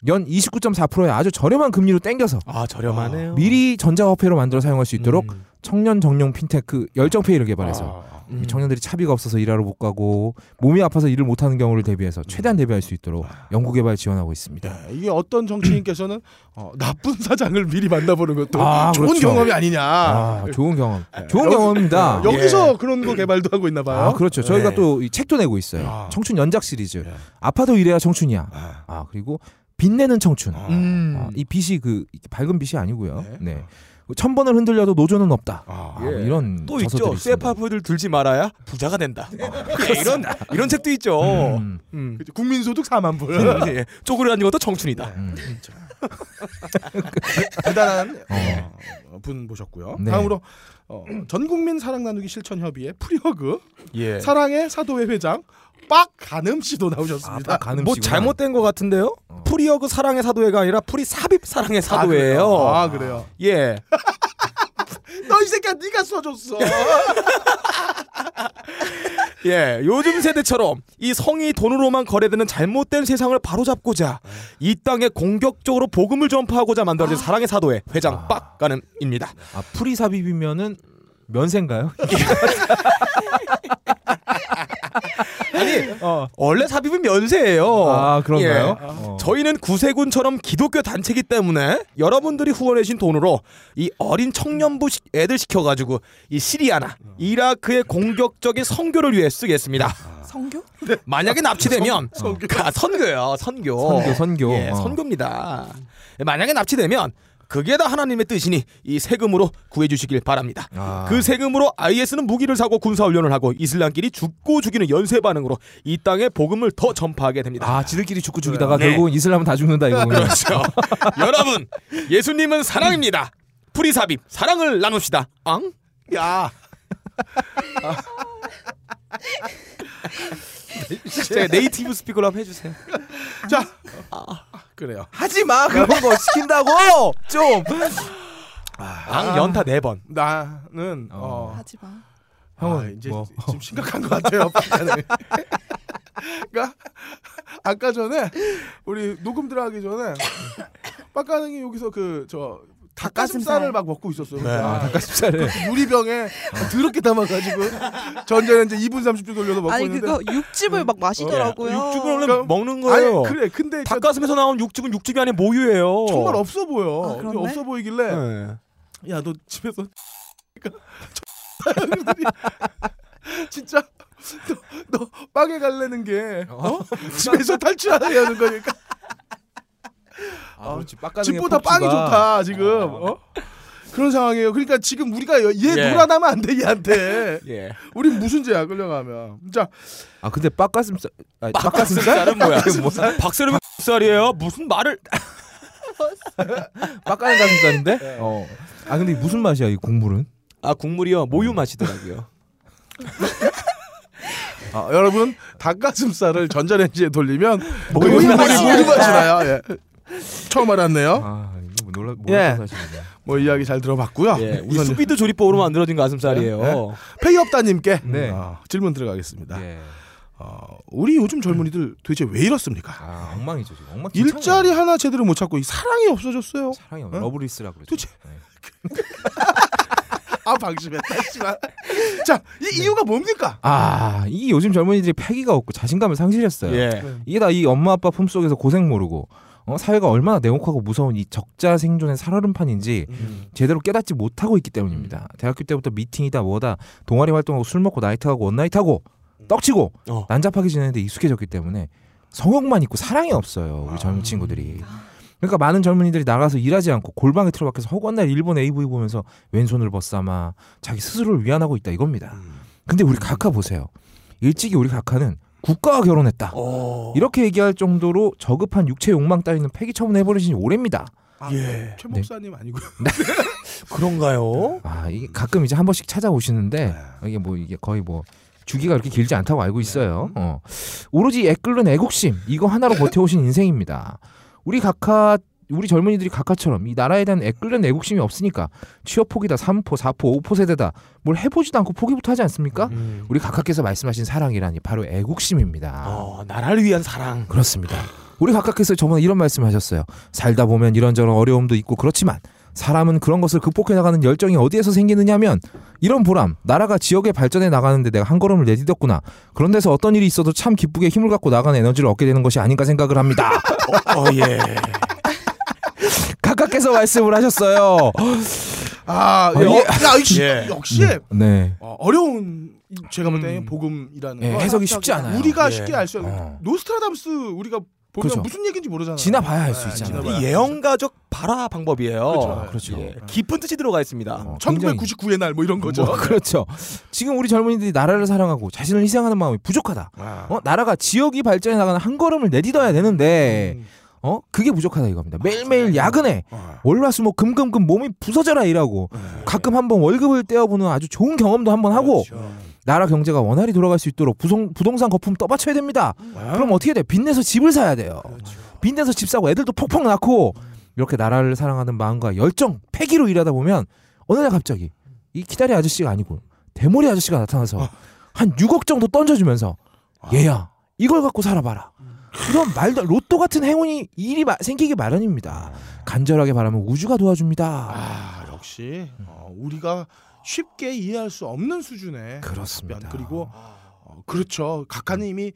연 29.4%의 아주 저렴한 금리로 땡겨서 아 저렴하네요. 미리 전자화폐로 만들어 사용할 수 있도록 음. 청년 정용 핀테크 열정페이를 개발해서 아, 음. 이 청년들이 차비가 없어서 일하러 못 가고 몸이 아파서 일을 못하는 경우를 대비해서 음. 최대한 대비할 수 있도록 아. 연구개발 지원하고 있습니다. 네, 이게 어떤 정치인께서는 어, 나쁜 사장을 미리 만나보는 것도 아, 좋은 그렇죠. 경험이 아니냐. 아, 아, 좋은 경험, 좋은 여기- 경험입니다. 여기서 그런 거 개발도 하고 있나 봐요. 아 그렇죠. 저희가 네. 또 이 책도 내고 있어요. 아. 청춘 연작 시리즈. 네. 아파도 이래야 청춘이야. 아. 아 그리고 빛내는 청춘. 아. 음. 아, 이 빛이 그 이렇게 밝은 빛이 아니고요. 네. 네. 천 번을 흔들려도 노조는 없다. 아. 아, 예. 뭐 이런 또 저서들이 있죠. 있습니다. 쇠파프들 들지 말아야 부자가 된다. 네, 이런 이런 책도 있죠. 음, 음. 그치, 국민소득 4만 불. 예, 쪼그려앉는 것도 청춘이다. 음. 대단한 네. 어. 어, 분 모셨고요. 네. 다음으로 어, 전국민 사랑 나누기 실천 협의회 프리허그 예. 사랑의 사도회 회장 빡가늠 씨도 나오셨습니다. 아, 가늠 뭐 씨구나. 잘못된 것 같은데요? 어. 프리어그 사랑의 사도회가 아니라 프리 삽입 사랑의 아, 그래요? 사도회예요. 아 그래요. 예. 너 이 새끼야 네가 써줬어. 예, 요즘 세대처럼 이 성이 돈으로만 거래되는 잘못된 세상을 바로잡고자 이 땅에 공격적으로 복음을 전파하고자 만들어진 사랑의 사도회 회장 빡가는입니다. 아 프리 삽입이면은 면세인가요? 아니 어. 원래 삽입은 면세예요. 아 그런가요? 어. 예. 어. 저희는 구세군처럼 기독교 단체이기 때문에 여러분들이 후원해주신 돈으로 이 어린 청년부 시- 애들 시켜가지고 이 시리아나 어. 이라크의 공격적인 선교를 위해 쓰겠습니다. 아. 성교? 만약에 납치되면 선, 선교요 선교 선교, 선교. 예, 어. 선교입니다 만약에 납치되면 그게 다 하나님의 뜻이니 이 세금으로 구해주시길 바랍니다 아. 그 세금으로 IS는 무기를 사고 군사훈련을 하고 이슬람끼리 죽고 죽이는 연쇄 반응으로 이 땅에 복음을 더 전파하게 됩니다 아 지들끼리 죽고 죽이다가 네. 결국은 이슬람은 다 죽는다 이거군요. 그렇죠 여러분 예수님은 사랑입니다 프리삽입 사랑을 나눕시다 앙? 야. 제가 네이티브 스피커로 한번 해주세요 자. 아, 그래요. 하지 마 그런 거 시킨다고 좀 앙 연타 4번 나는 어, 하지 마. 형은 아, 이제 뭐. 지금 심각한 것 같아요. 박사님. 그러니까 아까 전에 우리 녹음 들어가기 전에 빡가능이 여기서 그 저 닭가슴살을 닭가슴살. 막 먹고 있었어요. 아, 아, 닭가슴살을 어. 유리병에 더럽게 담아가지고 전자레인 지 2분 30초 돌려서 먹고 아니 있는데 그거 육즙을 막 마시더라고요. 육즙은 원래 그러니까- 먹는 거예요 아니 그래 근데 그 닭가슴에서 나온 육즙은 육즙이 아닌 모유예요. 정말 없어 보여. 아, 그렇네? 없어 보이길래 네. 야 너 집에서 그러니까 저 사람들이 진짜 너, 너 빵에 갈래는 게 어? 집에서 탈출하려 하는 거니까 아, 그렇지. 빡가능의 집보다 빵이 폭주가- 좋다 지금 어? 그런 상황이에요 그러니까 지금 우리가 얘 예. 놀아나면 안 돼 얘한테 예. 우리 무슨 죄야 끌려가면 자 아 근데 빡가슴살 아니, 닭가슴살은 뭐야? 박세롬 닭살이에요. 무슨 말을? 빡가는 가슴살인데? 어. 아 근데 무슨 맛이야 이 국물은? 아 국물이요. 모유 맛이더라고요. 아, 여러분 닭가슴살을 전자레인지에 돌리면 모유 모유 맛이 맛이 모유 나요. 맛이 나요 예. 처음 알았네요 아 이거 뭐 놀라 예. 몰랐던 사실이네. 뭐 이야기 잘 들어봤고요 예. 이 우선 수비드 조리법으로 만들어진 가슴살이에요. 페이업다님께 네. 어, 질문 들어가겠습니다 예. 어, 우리 요즘 젊은이들 도대체 왜 이렇습니까? 아 엉망이죠 지금. 엉망. 일자리 하나 제대로 못 찾고 이 사랑이 없어졌어요. 사랑이 어? 러브리스라 그러죠. 도대체- 네. 아 방심했다. 씨발. 자, 이 이유가 뭡니까? 아, 이 요즘 젊은이들이 패기가 없고 자신감을 상실했어요. 예. 이게 다 이 엄마 아빠 품 속에서 고생 모르고 어, 사회가 얼마나 냉혹하고 무서운 이 적자 생존의 살얼음판인지 제대로 깨닫지 못하고 있기 때문입니다. 음. 대학교 때부터 미팅이다 뭐다 동아리 활동하고 술 먹고 나이트하고 원나잇하고 떡치고 어. 아. 난잡하게 지내는데 익숙해졌기 때문에 성욕만 있고 사랑이 없어요 우리 젊은 친구들이. 그러니까 많은 젊은이들이 나가서 일하지 않고 골방에 틀어박혀서 허구한 날 일본 AV 보면서 왼손을 벗삼아 자기 스스로를 위안하고 있다 이겁니다. 음. 근데 우리 각하 보세요. 일찍이 우리 각하는 국가와 결혼했다. 어. 이렇게 얘기할 정도로 저급한 육체 욕망 따위는 폐기 처분해버리신 지 오래입니다. 아, 예. 네. 최 목사님 아니고요. 그런가요? 아, 이게 가끔 이제 한 번씩 찾아오시는데 이게 뭐 이게 거의 뭐 주기가 그렇게 길지 않다고 알고 있어요. 어. 오로지 애끓는 애국심 이거 하나로 버텨오신 인생입니다. 우리 각하 우리 젊은이들이 각하처럼 이 나라에 대한 애끓는 애국심이 없으니까 취업 포기다 3포 4포 5포 세대다 뭘 해보지도 않고 포기부터 하지 않습니까? 음. 우리 각하께서 말씀하신 사랑이라니 바로 애국심입니다. 어, 나라를 위한 사랑. 그렇습니다. 우리 각각께서 저번에 이런 말씀하셨어요. 살다 보면 이런저런 어려움도 있고 그렇지만 사람은 그런 것을 극복해 나가는 열정이 어디에서 생기느냐면 이런 보람 나라가 지역의 발전에 나가는데 내가 한 걸음을 내딛었구나 그런 데서 어떤 일이 있어도 참 기쁘게 힘을 갖고 나가는 에너지를 얻게 되는 것이 아닌가 생각을 합니다 어, 예. 각각께서 말씀을 하셨어요 아, 예. 예. 어, 야, 역시, 예. 역시 네 어, 어려운 이- 제가 볼 때는 음. 복음이라는 예, 건 해석이 쉽지 않아요 네. 우리가 예. 쉽게 알 수 없는 어. 노스트라담스 우리가 보면 그렇죠. 무슨 얘기인지 모르잖아요. 지나봐야 알 예, 수 있잖아요 지나봐야. 예언가적 발화 방법이에요. 그렇죠. 그렇죠. 예. 깊은 뜻이 들어가 있습니다. 어, 굉장히- 1999의 날 뭐 이런 거죠. 뭐, 그렇죠. 지금 우리 젊은이들이 나라를 사랑하고 자신을 희생하는 마음이 부족하다. 아. 어, 나라가 지역이 발전해 나가는 한 걸음을 내딛어야 되는데 어 그게 부족하다 이겁니다. 매일매일 야근에 월화수목 뭐 금금금 몸이 부서져라 일하고 가끔 한번 월급을 떼어보는 아주 좋은 경험도 한번 하고 나라 경제가 원활히 돌아갈 수 있도록 부성, 부동산 거품 떠받쳐야 됩니다. 그럼 어떻게 돼? 빚내서 집을 사야 돼요. 빚내서 집 사고 애들도 폭폭 낳고 이렇게 나라를 사랑하는 마음과 열정, 패기로 일하다 보면 어느 날 갑자기 이 기다리 아저씨가 아니고 대머리 아저씨가 나타나서 한 6억 정도 던져주면서 얘야 이걸 갖고 살아봐라. 그런 말도 로또 같은 행운이 일이 마- 생기기 마련입니다. 간절하게 바라면 우주가 도와줍니다. 아, 역시 음. 어, 우리가 쉽게 이해할 수 없는 수준의 그렇습니다. 음. 답변 그리고 어, 그렇죠. 각하님이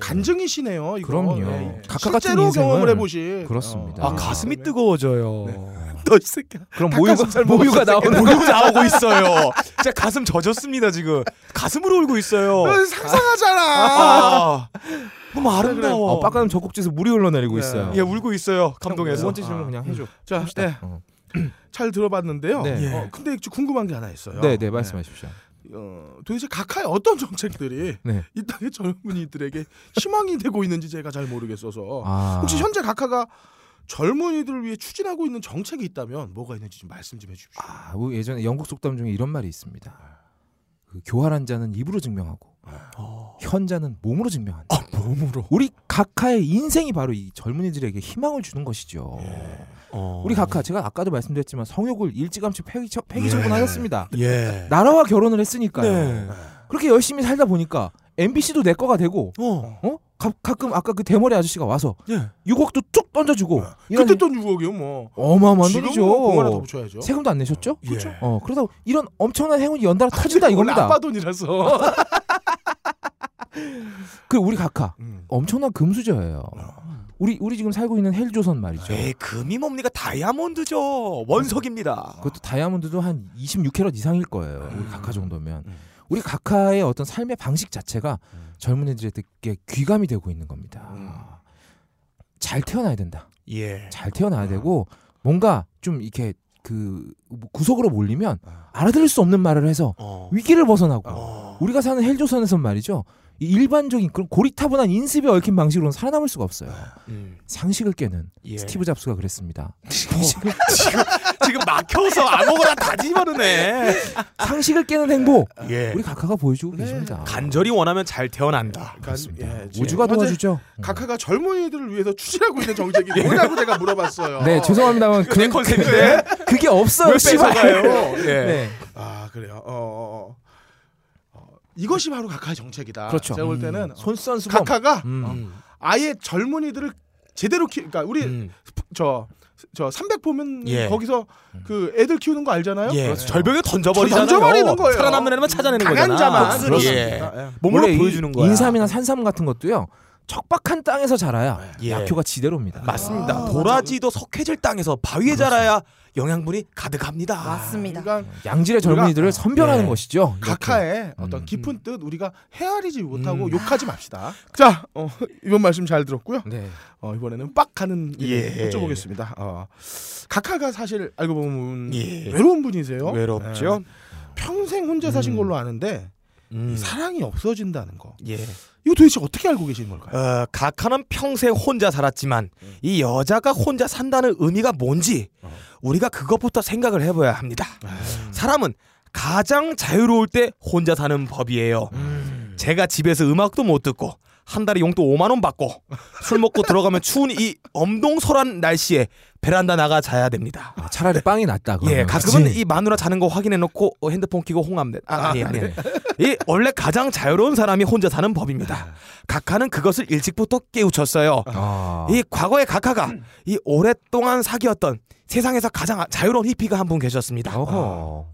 간증이시네요. 이거. 예. 그럼요. 예, 예. 각하 같은 실제로 인생을- 경험을 해보신 어. 그렇습니다. 아, 가슴이 뜨거워져요. 너이 새끼야. 그럼 닭가슴살 모유가 네. 나오는 모욕 나오고 있어요. 진짜 가슴 젖었습니다 지금. 가슴으로 울고 있어요. 너 상상하잖아. 아, 너무 아름다워. 어, 빡가는 뭐 젖꼭지에서 물이 흘러내리고 네. 있어요. 예, 울고 있어요. 두 감동해서. 번째 질문 그냥 해줘. 자, 네, 어. 잘 들어봤는데요. 네. 예. 어, 근데 좀 궁금한 게 하나 있어요. 네, 네 말씀하십시오. 네. 어, 도대체 각하의 어떤 정책들이 네. 이 땅의 젊은이들에게 희망이 되고 있는지 제가 잘 모르겠어서 아, 혹시 현재 각하가 젊은이들을 위해 추진하고 있는 정책이 있다면 뭐가 있는지 좀 말씀 좀 해주십시오. 아, 우- 예전에 영국 속담 중에 이런 말이 있습니다. 그 교활한 자는 입으로 증명하고 어. 현자는 아, 몸으로 증명한다. 몸으로. 우리 각하의 인생이 바로 이 젊은이들에게 희망을 주는 것이죠. 예. 어. 우리 각하 제가 아까도 말씀드렸지만 성욕을 일찌감치 폐기, 처- 폐기 네. 처분하셨습니다. 예. 나라와 결혼을 했으니까요. 네. 그렇게 열심히 살다 보니까 MBC도 내 거가 되고 어. 어? 가, 가끔 아까 그 대머리 아저씨가 와서 예. 6억도 쭉 던져주고 이런 어. 그때 돈 6억이요 뭐. 어마어마한 지금 공하나더 돈이죠. 붙여야죠. 세금도 안 내셨죠? 예. 그렇죠. 어, 그러다 이런 엄청난 행운이 연달아 터진다 원래 이겁니다. 아빠 돈이라서. 그 우리 각하 음. 엄청난 금수저예요. 우리 우리 지금 살고 있는 헬조선 말이죠. 에이, 예, 금이 뭡니까? 다이아몬드죠. 원석입니다. 그것도 다이아몬드도 한 26캐럿 이상일 거예요. 우리 각하 정도면. 음. 우리 각하의 어떤 삶의 방식 자체가 젊은 애들에게 귀감이 되고 있는 겁니다. 잘 태어나야 된다. 예. 잘 태어나야 되고 뭔가 좀 이렇게 그 구석으로 몰리면 알아들을 아. 수 없는 말을 해서 어. 위기를 벗어나고 어. 우리가 사는 헬조선에선 말이죠. 이 일반적인 그런 고리타분한 인습에 얽힌 방식으로는 살아남을 수가 없어요. 음. 상식을 깨는 예. 뭐. 스티브 잡스가 그랬습니다. 지금 막혀서 아무거나 다 집어넣네. 상식을 깨는 행복 예. 우리 각하가 보여주고 계십니다. 간절히 원하면 잘 태어난다. 그렇습니다. 우주가 도와주죠. 예, 음. 예. 각하가 젊은이들을 위해서 추진하고 있는 정책이 뭐냐고 제가 물어봤어요. 네 죄송합니다만 그내 그, 컨셉인데 그게 왜 없어요. 씨발. 뺏어가요? 예. 네. 아 그래요. 어, 어, 어. 어, 이것이 바로 각하의 정책이다. 그렇죠. 제가 볼 때는 손선 수범. 각하가 음. 음. 아예 젊은이들을 제대로 키. 그러니까 우리 음. 저저300 보면 예. 거기서 그 애들 키우는 거 알잖아요. 예. 그렇죠. 절벽에 던져버리잖아요. 던져버리는 거예요. 살아남는 애만 찾아내는 강한 거잖아. 자만 복수를. 예. 몸으로 원래 이 보여주는 거야. 인삼이나 산삼 같은 것도요. 척박한 땅에서 자라야 예. 약효가 지대로입니다. 맞습니다. 아, 도라지도 석회질 땅에서 바위에 자라야 영양분이 가득합니다. 맞습니다. 그러니까 양질의 젊은이들을 선별하는 예. 것이죠. 이렇게. 각하의 음. 어떤 깊은 뜻 우리가 헤아리지 못하고 음. 욕하지 맙시다. 자 어, 이번 말씀 잘 들었고요. 네. 어, 이번에는 빡 하는 예. 예. 여쭤보겠습니다. 어, 각하가 사실 알고 보면 예. 외로운 분이세요. 외롭죠. 예. 평생 혼자 사신 음. 걸로 아는데 음. 이 사랑이 없어진다는 거 예. 이거 도대체 어떻게 알고 계시는 걸까요? 어, 각하는 평생 혼자 살았지만 이 여자가 혼자 산다는 의미가 뭔지 우리가 그것부터 생각을 해봐야 합니다. 사람은 가장 자유로울 때 혼자 사는 법이에요. 제가 집에서 음악도 못 듣고 한 달에 용돈 5만 원 받고 술 먹고 들어가면 추운 이 엄동설한 날씨에 베란다 나가 자야 됩니다. 아, 차라리 빵이 낫다. 예, 그러면. 가끔은 그치? 이 마누라 자는 거 확인해놓고 어, 핸드폰 키고 홍합대. 아, 아니 네. 아니. 이 원래 가장 자유로운 사람이 혼자 사는 법입니다. 각하는 그것을 일찍부터 깨우쳤어요. 아. 이 과거의 각하가 이 오랫동안 사귀었던 세상에서 가장 자유로운 히피가 한 분 계셨습니다. 어허.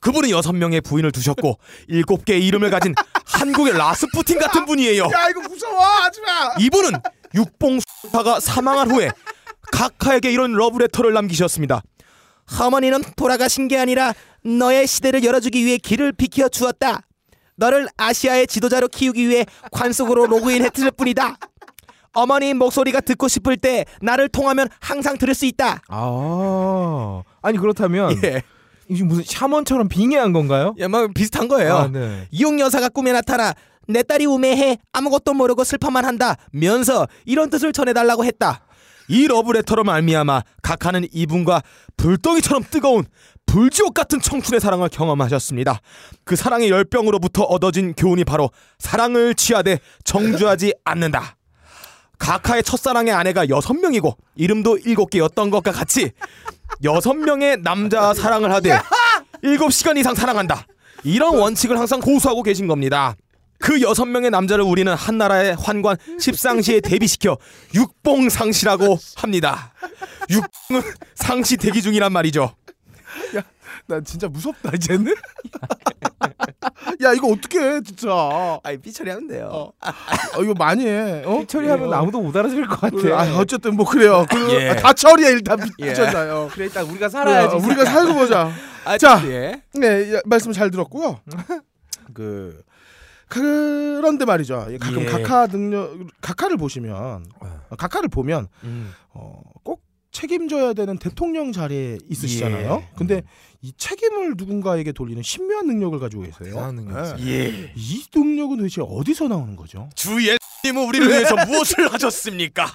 그분은 여섯 명의 부인을 두셨고 일곱 개의 이름을 가진 한국의 라스푸틴 같은 분이에요. 야 이거 무서워 하지마. 이분은 육봉수사가 사망한 후에 각하에게 이런 러브레터를 남기셨습니다. 어머니는 돌아가신 게 아니라 너의 시대를 열어주기 위해 길을 비켜 주었다. 너를 아시아의 지도자로 키우기 위해 관속으로 로그인했을 뿐이다. 어머니 목소리가 듣고 싶을 때 나를 통하면 항상 들을 수 있다. 아. 아니 그렇다면 예, 이게 무슨 샤먼처럼 빙의한 건가요? 예, 뭐 비슷한 거예요. 아, 네. 이용 여사가 꿈에 나타나 내 딸이 우매해 아무것도 모르고 슬퍼만 한다 면서 이런 뜻을 전해달라고 했다 이 러브레터로 말미암아 각하는 이분과 불덩이처럼 뜨거운 불지옥 같은 청춘의 사랑을 경험하셨습니다 그 사랑의 열병으로부터 얻어진 교훈이 바로 사랑을 취하되 정주하지 않는다 각하의 첫사랑의 아내가 여섯 명이고 이름도 일곱 개였던 것과 같이 여섯 명의 남자 사랑을 하되 일곱 시간 이상 사랑한다. 이런 원칙을 항상 고수하고 계신 겁니다. 그 여섯 명의 남자를 우리는 한 나라의 환관 십상시에 대비시켜 육봉상시라고 합니다. 육봉은 상시 대기 중이란 말이죠. 나 진짜 무섭다 이제는. 야 이거 어떻게 해 진짜. 아 아이 삐처리 하면 돼요. 이거 많이 해. 어? 처리하면 어. 아무도 못 알아줄 것 그래, 예. 같아. 아, 어쨌든 뭐 그래요. 그, 예. 아, 다 처리해 일단 예. 미쳤어요. 어, 그래 일단 우리가 우리가 살고 보자. 아, 자. 예. 네 야, 말씀 잘 들었고요. 그 그런데 말이죠. 예, 가끔 예. 각하 능력 각하를 보시면 어, 각하를 보면 어, 꼭 책임져야 되는 대통령 자리에 있으시잖아요. 예. 근데 이 책임을 누군가에게 돌리는 신묘한 능력을 가지고 계세요. 대단한 능력이지. 예. 예. 이 능력은 도대체 어디서 나오는 거죠? 주 예수님은 우리를 위해서 무엇을 하셨습니까?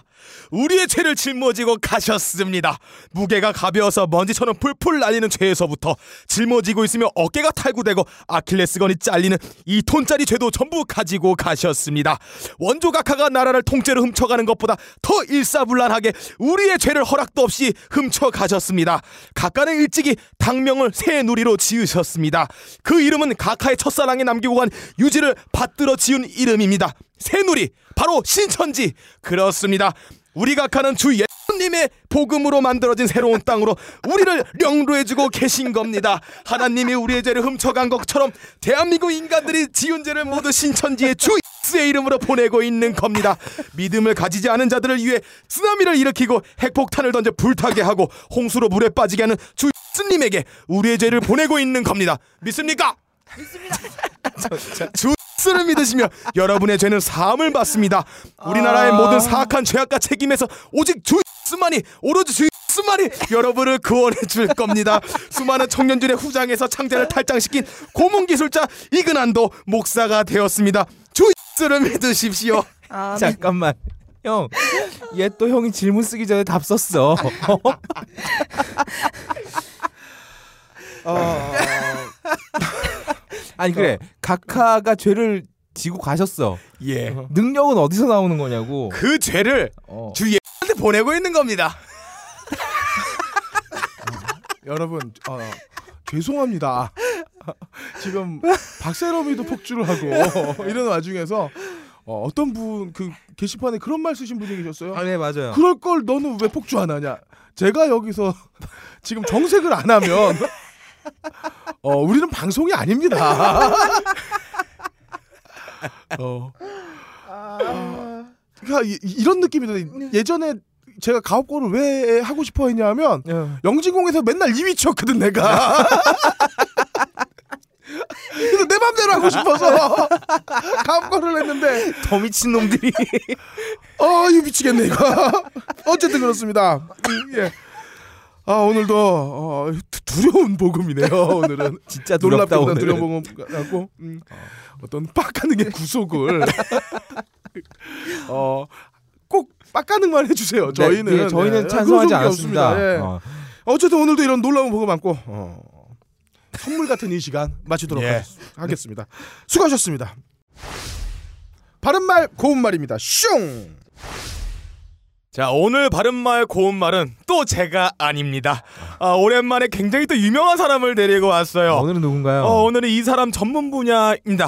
우리의 죄를 짊어지고 가셨습니다. 무게가 가벼워서 먼지처럼 풀풀 날리는 죄에서부터 짊어지고 있으며 어깨가 탈구되고 아킬레스건이 잘리는 2톤짜리 죄도 전부 가지고 가셨습니다. 원조 각하가 나라를 통째로 훔쳐가는 것보다 더 일사불란하게 우리의 죄를 허락도 없이 훔쳐가셨습니다. 각하는 일찍이 당명을 새누리로 지으셨습니다. 그 이름은 각하의 첫사랑에 남기고 간 유지를 받들어 지은 이름입니다. 새누리 바로 신천지 그렇습니다. 우리 각하는 주 예수님의 복음으로 만들어진 새로운 땅으로 우리를 영도해주고 계신 겁니다. 하나님이 우리의 죄를 훔쳐간 것처럼 대한민국 인간들이 지은 죄를 모두 신천지의 주 예수의 이름으로 보내고 있는 겁니다. 믿음을 가지지 않은 자들을 위해 쓰나미를 일으키고 핵폭탄을 던져 불타게 하고 홍수로 물에 빠지게 하는 주 예수님에게 우리의 죄를 보내고 있는 겁니다. 믿습니까? 주 예수를 믿으시며 여러분의 죄는 사함을 받습니다. 아. 우리나라의 모든 사악한 죄악과 책임에서 오직 주 예수만이 오로지 주 예수만이 여러분을 구원해 줄 겁니다. 수많은 청년들의 후장에서 창자를 탈장시킨 고문 기술자 이근한도 목사가 되었습니다. 주 예수를 믿으십시오. 아, 네. 잠깐만. 형, 얘 또 형이 질문 쓰기 전에 답 썼어. 어, 아니 그래, 각하가 죄를 지고 가셨어. 예. 능력은 어디서 나오는 거냐고. 그 죄를 어. 주 예수한테 보내고 있는 겁니다. 여러분 어, 죄송합니다. 지금 박세롬이도 폭주를 하고 이런 와중에서 어, 어떤 분 그 게시판에 그런 말 쓰신 분이 계셨어요. 아, 네 맞아요. 그럴 걸 너는 왜 폭주 안 하냐? 제가 여기서 지금 정색을 안 하면 어 우리는 방송이 아닙니다. 어. 그러니까 이, 이런 느낌이 드는 예전에 제가 가업고를 왜 하고 싶어 했냐면 네. 영진공에서 맨날 2위 쳤거든 내가. 그래서 내 맘대로 하고 싶어서 가업고를 했는데 더 미친 놈들이. 아 이거 미치겠네 이거. 어쨌든 그렇습니다. 음, 예. 아 오늘도 어, 두- 두려운 복음이네요 오늘은. 진짜 놀랍다 놀랍다 오늘. 두려운 복음하고 음, 어떤 네. 빡가능의 구속을 어. 꼭 빡가능만 해주세요. 저희는 네, 예, 저희는 예, 찬성하지 구속이 않습니다. 없습니다. 예. 어. 어쨌든 오늘도 이런 놀라운 복음 안고 어, 선물 같은 이 시간 마치도록 예. 하, 겠습니다 수고하셨습니다. 바른 말 고운 말입니다. 슝. 자 오늘 바른말 고운말은 또 제가 아닙니다 아, 오랜만에 굉장히 또 유명한 사람을 데리고 왔어요 오늘은 누군가요? 어, 오늘은 이 사람 전문 분야입니다.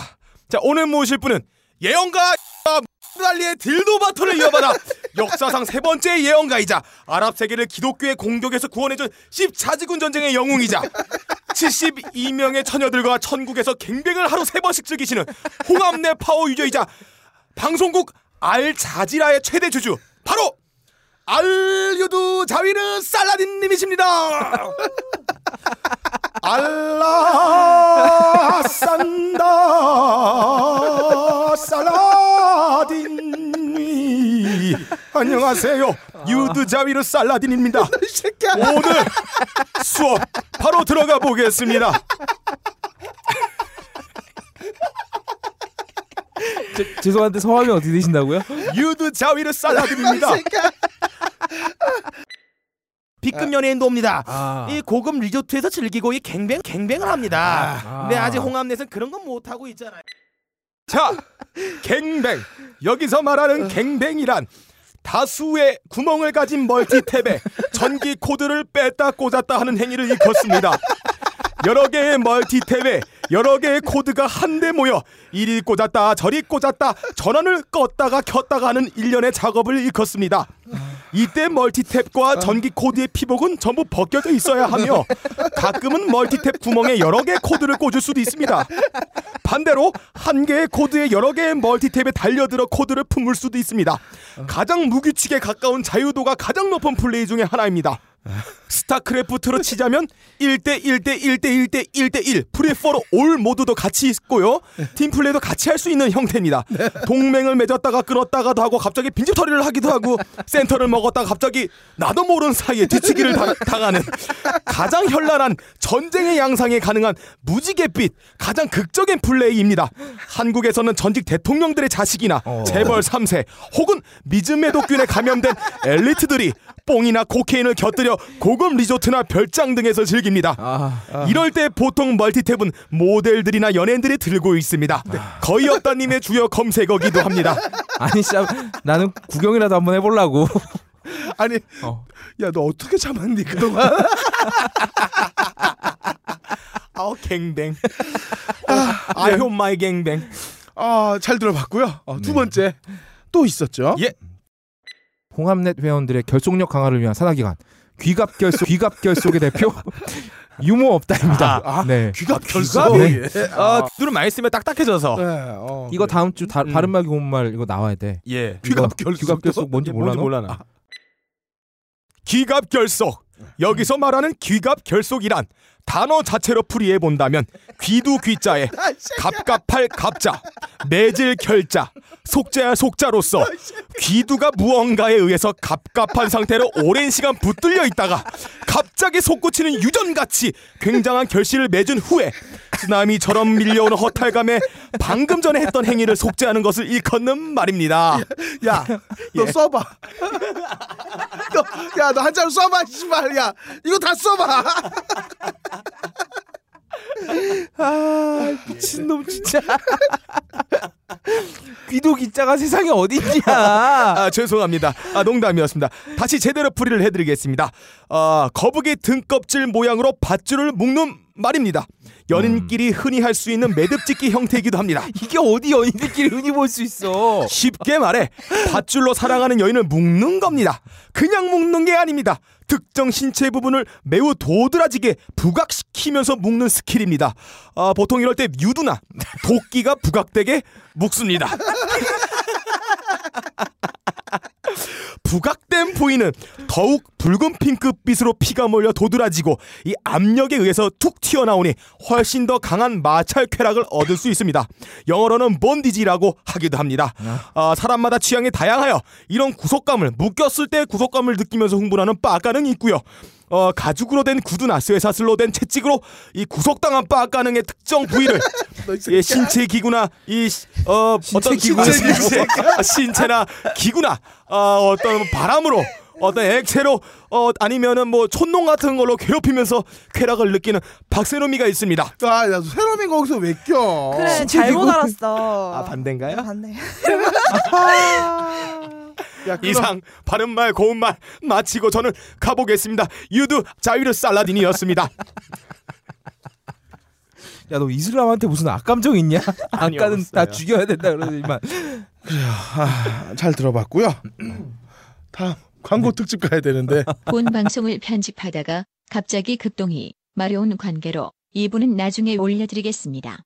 자, 오늘 모실 분은 예언가 달리의 딜도 바토를 이어받아 역사상 세 번째 예언가이자 아랍 세계를 기독교의 공격에서 구원해준 14지군 전쟁의 영웅이자 72명의 처녀들과 천국에서 갱뱅을 하루 세 번씩 즐기시는 홍암내 파워 유저이자 방송국 알 자지라의 최대 주주 바로 알유두 자위르 살라딘님이십니다. 알라 산다 살라딘이 안녕하세요 유드자위르 살라딘입니다 오늘 수업 바로 들어가 보겠습니다 제- 죄송한데 성함이 어떻게 되신다고요? 유드자위르 살라딘입니다 B급 연예인도 옵니다 아. 이 고급 리조트에서 즐기고 이 갱뱅 갱뱅을 합니다. 아. 근데 아직 홍암내선 그런 건 못 하고 있잖아요. 자, 갱뱅 여기서 말하는 갱뱅이란 다수의 구멍을 가진 멀티탭에 전기 코드를 뺐다 꽂았다 하는 행위를 일컫습니다. 여러 개의 멀티탭에 여러 개의 코드가 한데 모여 이리 꽂았다 저리 꽂았다 전원을 껐다가 켰다가 하는 일련의 작업을 일컫습니다. 이때 멀티탭과 전기 코드의 피복은 전부 벗겨져 있어야 하며 가끔은 멀티탭 구멍에 여러 개의 코드를 꽂을 수도 있습니다. 반대로 한 개의 코드에 여러 개의 멀티탭에 달려들어 코드를 품을 수도 있습니다. 가장 무규칙에 가까운 자유도가 가장 높은 플레이 중에 하나입니다. 스타크래프트로 치자면 1대1대1대1대1대1 프리포로 올 모두도 같이 있고요. 팀플레이도 같이 할 수 있는 형태입니다. 동맹을 맺었다가 끊었다가도 하고 갑자기 빈집털이를 하기도 하고 센터를 먹었다가 갑자기 나도 모르는 사이에 뒤치기를 당- 당하는 가장 현란한 전쟁의 양상에 가능한 무지갯빛 가장 극적인 플레이입니다. 한국에서는 전직 대통령들의 자식이나 재벌 3세 혹은 미즈메도균에 감염된 엘리트들이 뽕이나 코케인을 곁들여 고급 리조트나 별장 등에서 즐깁니다. 아, 이럴 때 보통 멀티탭은 모델들이나 연예인들이 들고 있습니다. 네. 거의 없다님의 주요 검색어기도 합니다. 아니 씨, 나는 구경이라도 한번 해보려고. 아니 어. 야 너 어떻게 참았니 그동안? 아우 갱뱅. 아, 네. I hope my 갱뱅. 아잘 들어봤고요. 어, 두 번째 또 있었죠. 예. 홍합넷 회원들의 결속력 강화를 위한 산하기관 귀갑결속 귀갑결속의 대표 유모 없다입니다. 아. 네. 귀가 결석? 네. 아, 둘은 많이 쓰면 딱딱해져서. 네, 어, 이거 다음 주 다, 음. 바른말 고운말 이거 나와야 돼. 예. 귀갑결석. 귀갑결속 뭔지 아. 몰라. 너? 몰라나? 기갑 결속. 여기서 말하는 기갑 결속이란 단어 자체로 풀이해 본다면 귀두 귀자에 갑갑할 갑자, 매질 결자, 속재할 속자로서 귀두가 무언가에 의해서 갑갑한 상태로 오랜 시간 붙들려 있다가 갑자기 솟구치는 유전같이 굉장한 결실을 맺은 후에 쓰나미처럼 밀려오는 허탈감에 방금 전에 했던 행위를 속죄하는 것을 일컫는 말입니다. 야, 너 예. 써봐. 너, 야, 너 한자로 써봐, 씨발. 야, 이거 다 써봐. 미친놈 진짜. 귀도 기자가 세상에 어딨냐. 아, 죄송합니다. 아, 농담이었습니다. 다시 제대로 풀이를 해드리겠습니다. 아, 거북이 등껍질 모양으로 밧줄을 묶는 말입니다. 연인끼리 음. 흔히 할 수 있는 매듭짓기 형태이기도 합니다. 이게 어디 연인들끼리 흔히 볼 수 있어. 쉽게 말해 밧줄로 사랑하는 여인을 묶는 겁니다. 그냥 묶는 게 아닙니다. 특정 신체 부분을 매우 도드라지게 부각시키면서 묶는 스킬입니다. 아, 보통 이럴 때 유두나 도끼가 부각되게 묶습니다. 부각된 부위는 더욱 붉은 핑크빛으로 피가 몰려 도드라지고 이 압력에 의해서 툭 튀어나오니 훨씬 더 강한 마찰 쾌락을 얻을 수 있습니다. 영어로는 본디지라고 하기도 합니다. 아, 사람마다 취향이 다양하여 이런 구속감을 묶였을 때 구속감을 느끼면서 흥분하는 빠가능이 있고요. 어, 가죽으로 된 구두나 쇠사슬로 된 채찍으로 이 구속당한 빠가능의 특정 부위를 예, 신체 기구나 이 시- 어, 어떤 기구나 신체, 신체나 기구나 어, 어떤 바람으로 어떤 액체로 어, 아니면은 뭐 촌농 같은 걸로 괴롭히면서 쾌락을 느끼는 박세롬이가 있습니다. 아, 야, 새롬이 거기서 왜 껴? 그래 진짜 잘못 이거- 알았어. 아 반대인가요? 반대. 야, 그럼 이상 바른 말 고운 말 마치고 저는 가보겠습니다. 유두 자유르 살라딘이었습니다. 야 너 이슬람한테 무슨 악감정 있냐? 아니요, 아까는 다 없어요. 죽여야 된다 그러더니만 잘 들어봤고요. 음. 다음 광고 특집 가야 되는데 본 방송을 편집하다가 갑자기 급동이 마려운 관계로 이분은 나중에 올려드리겠습니다.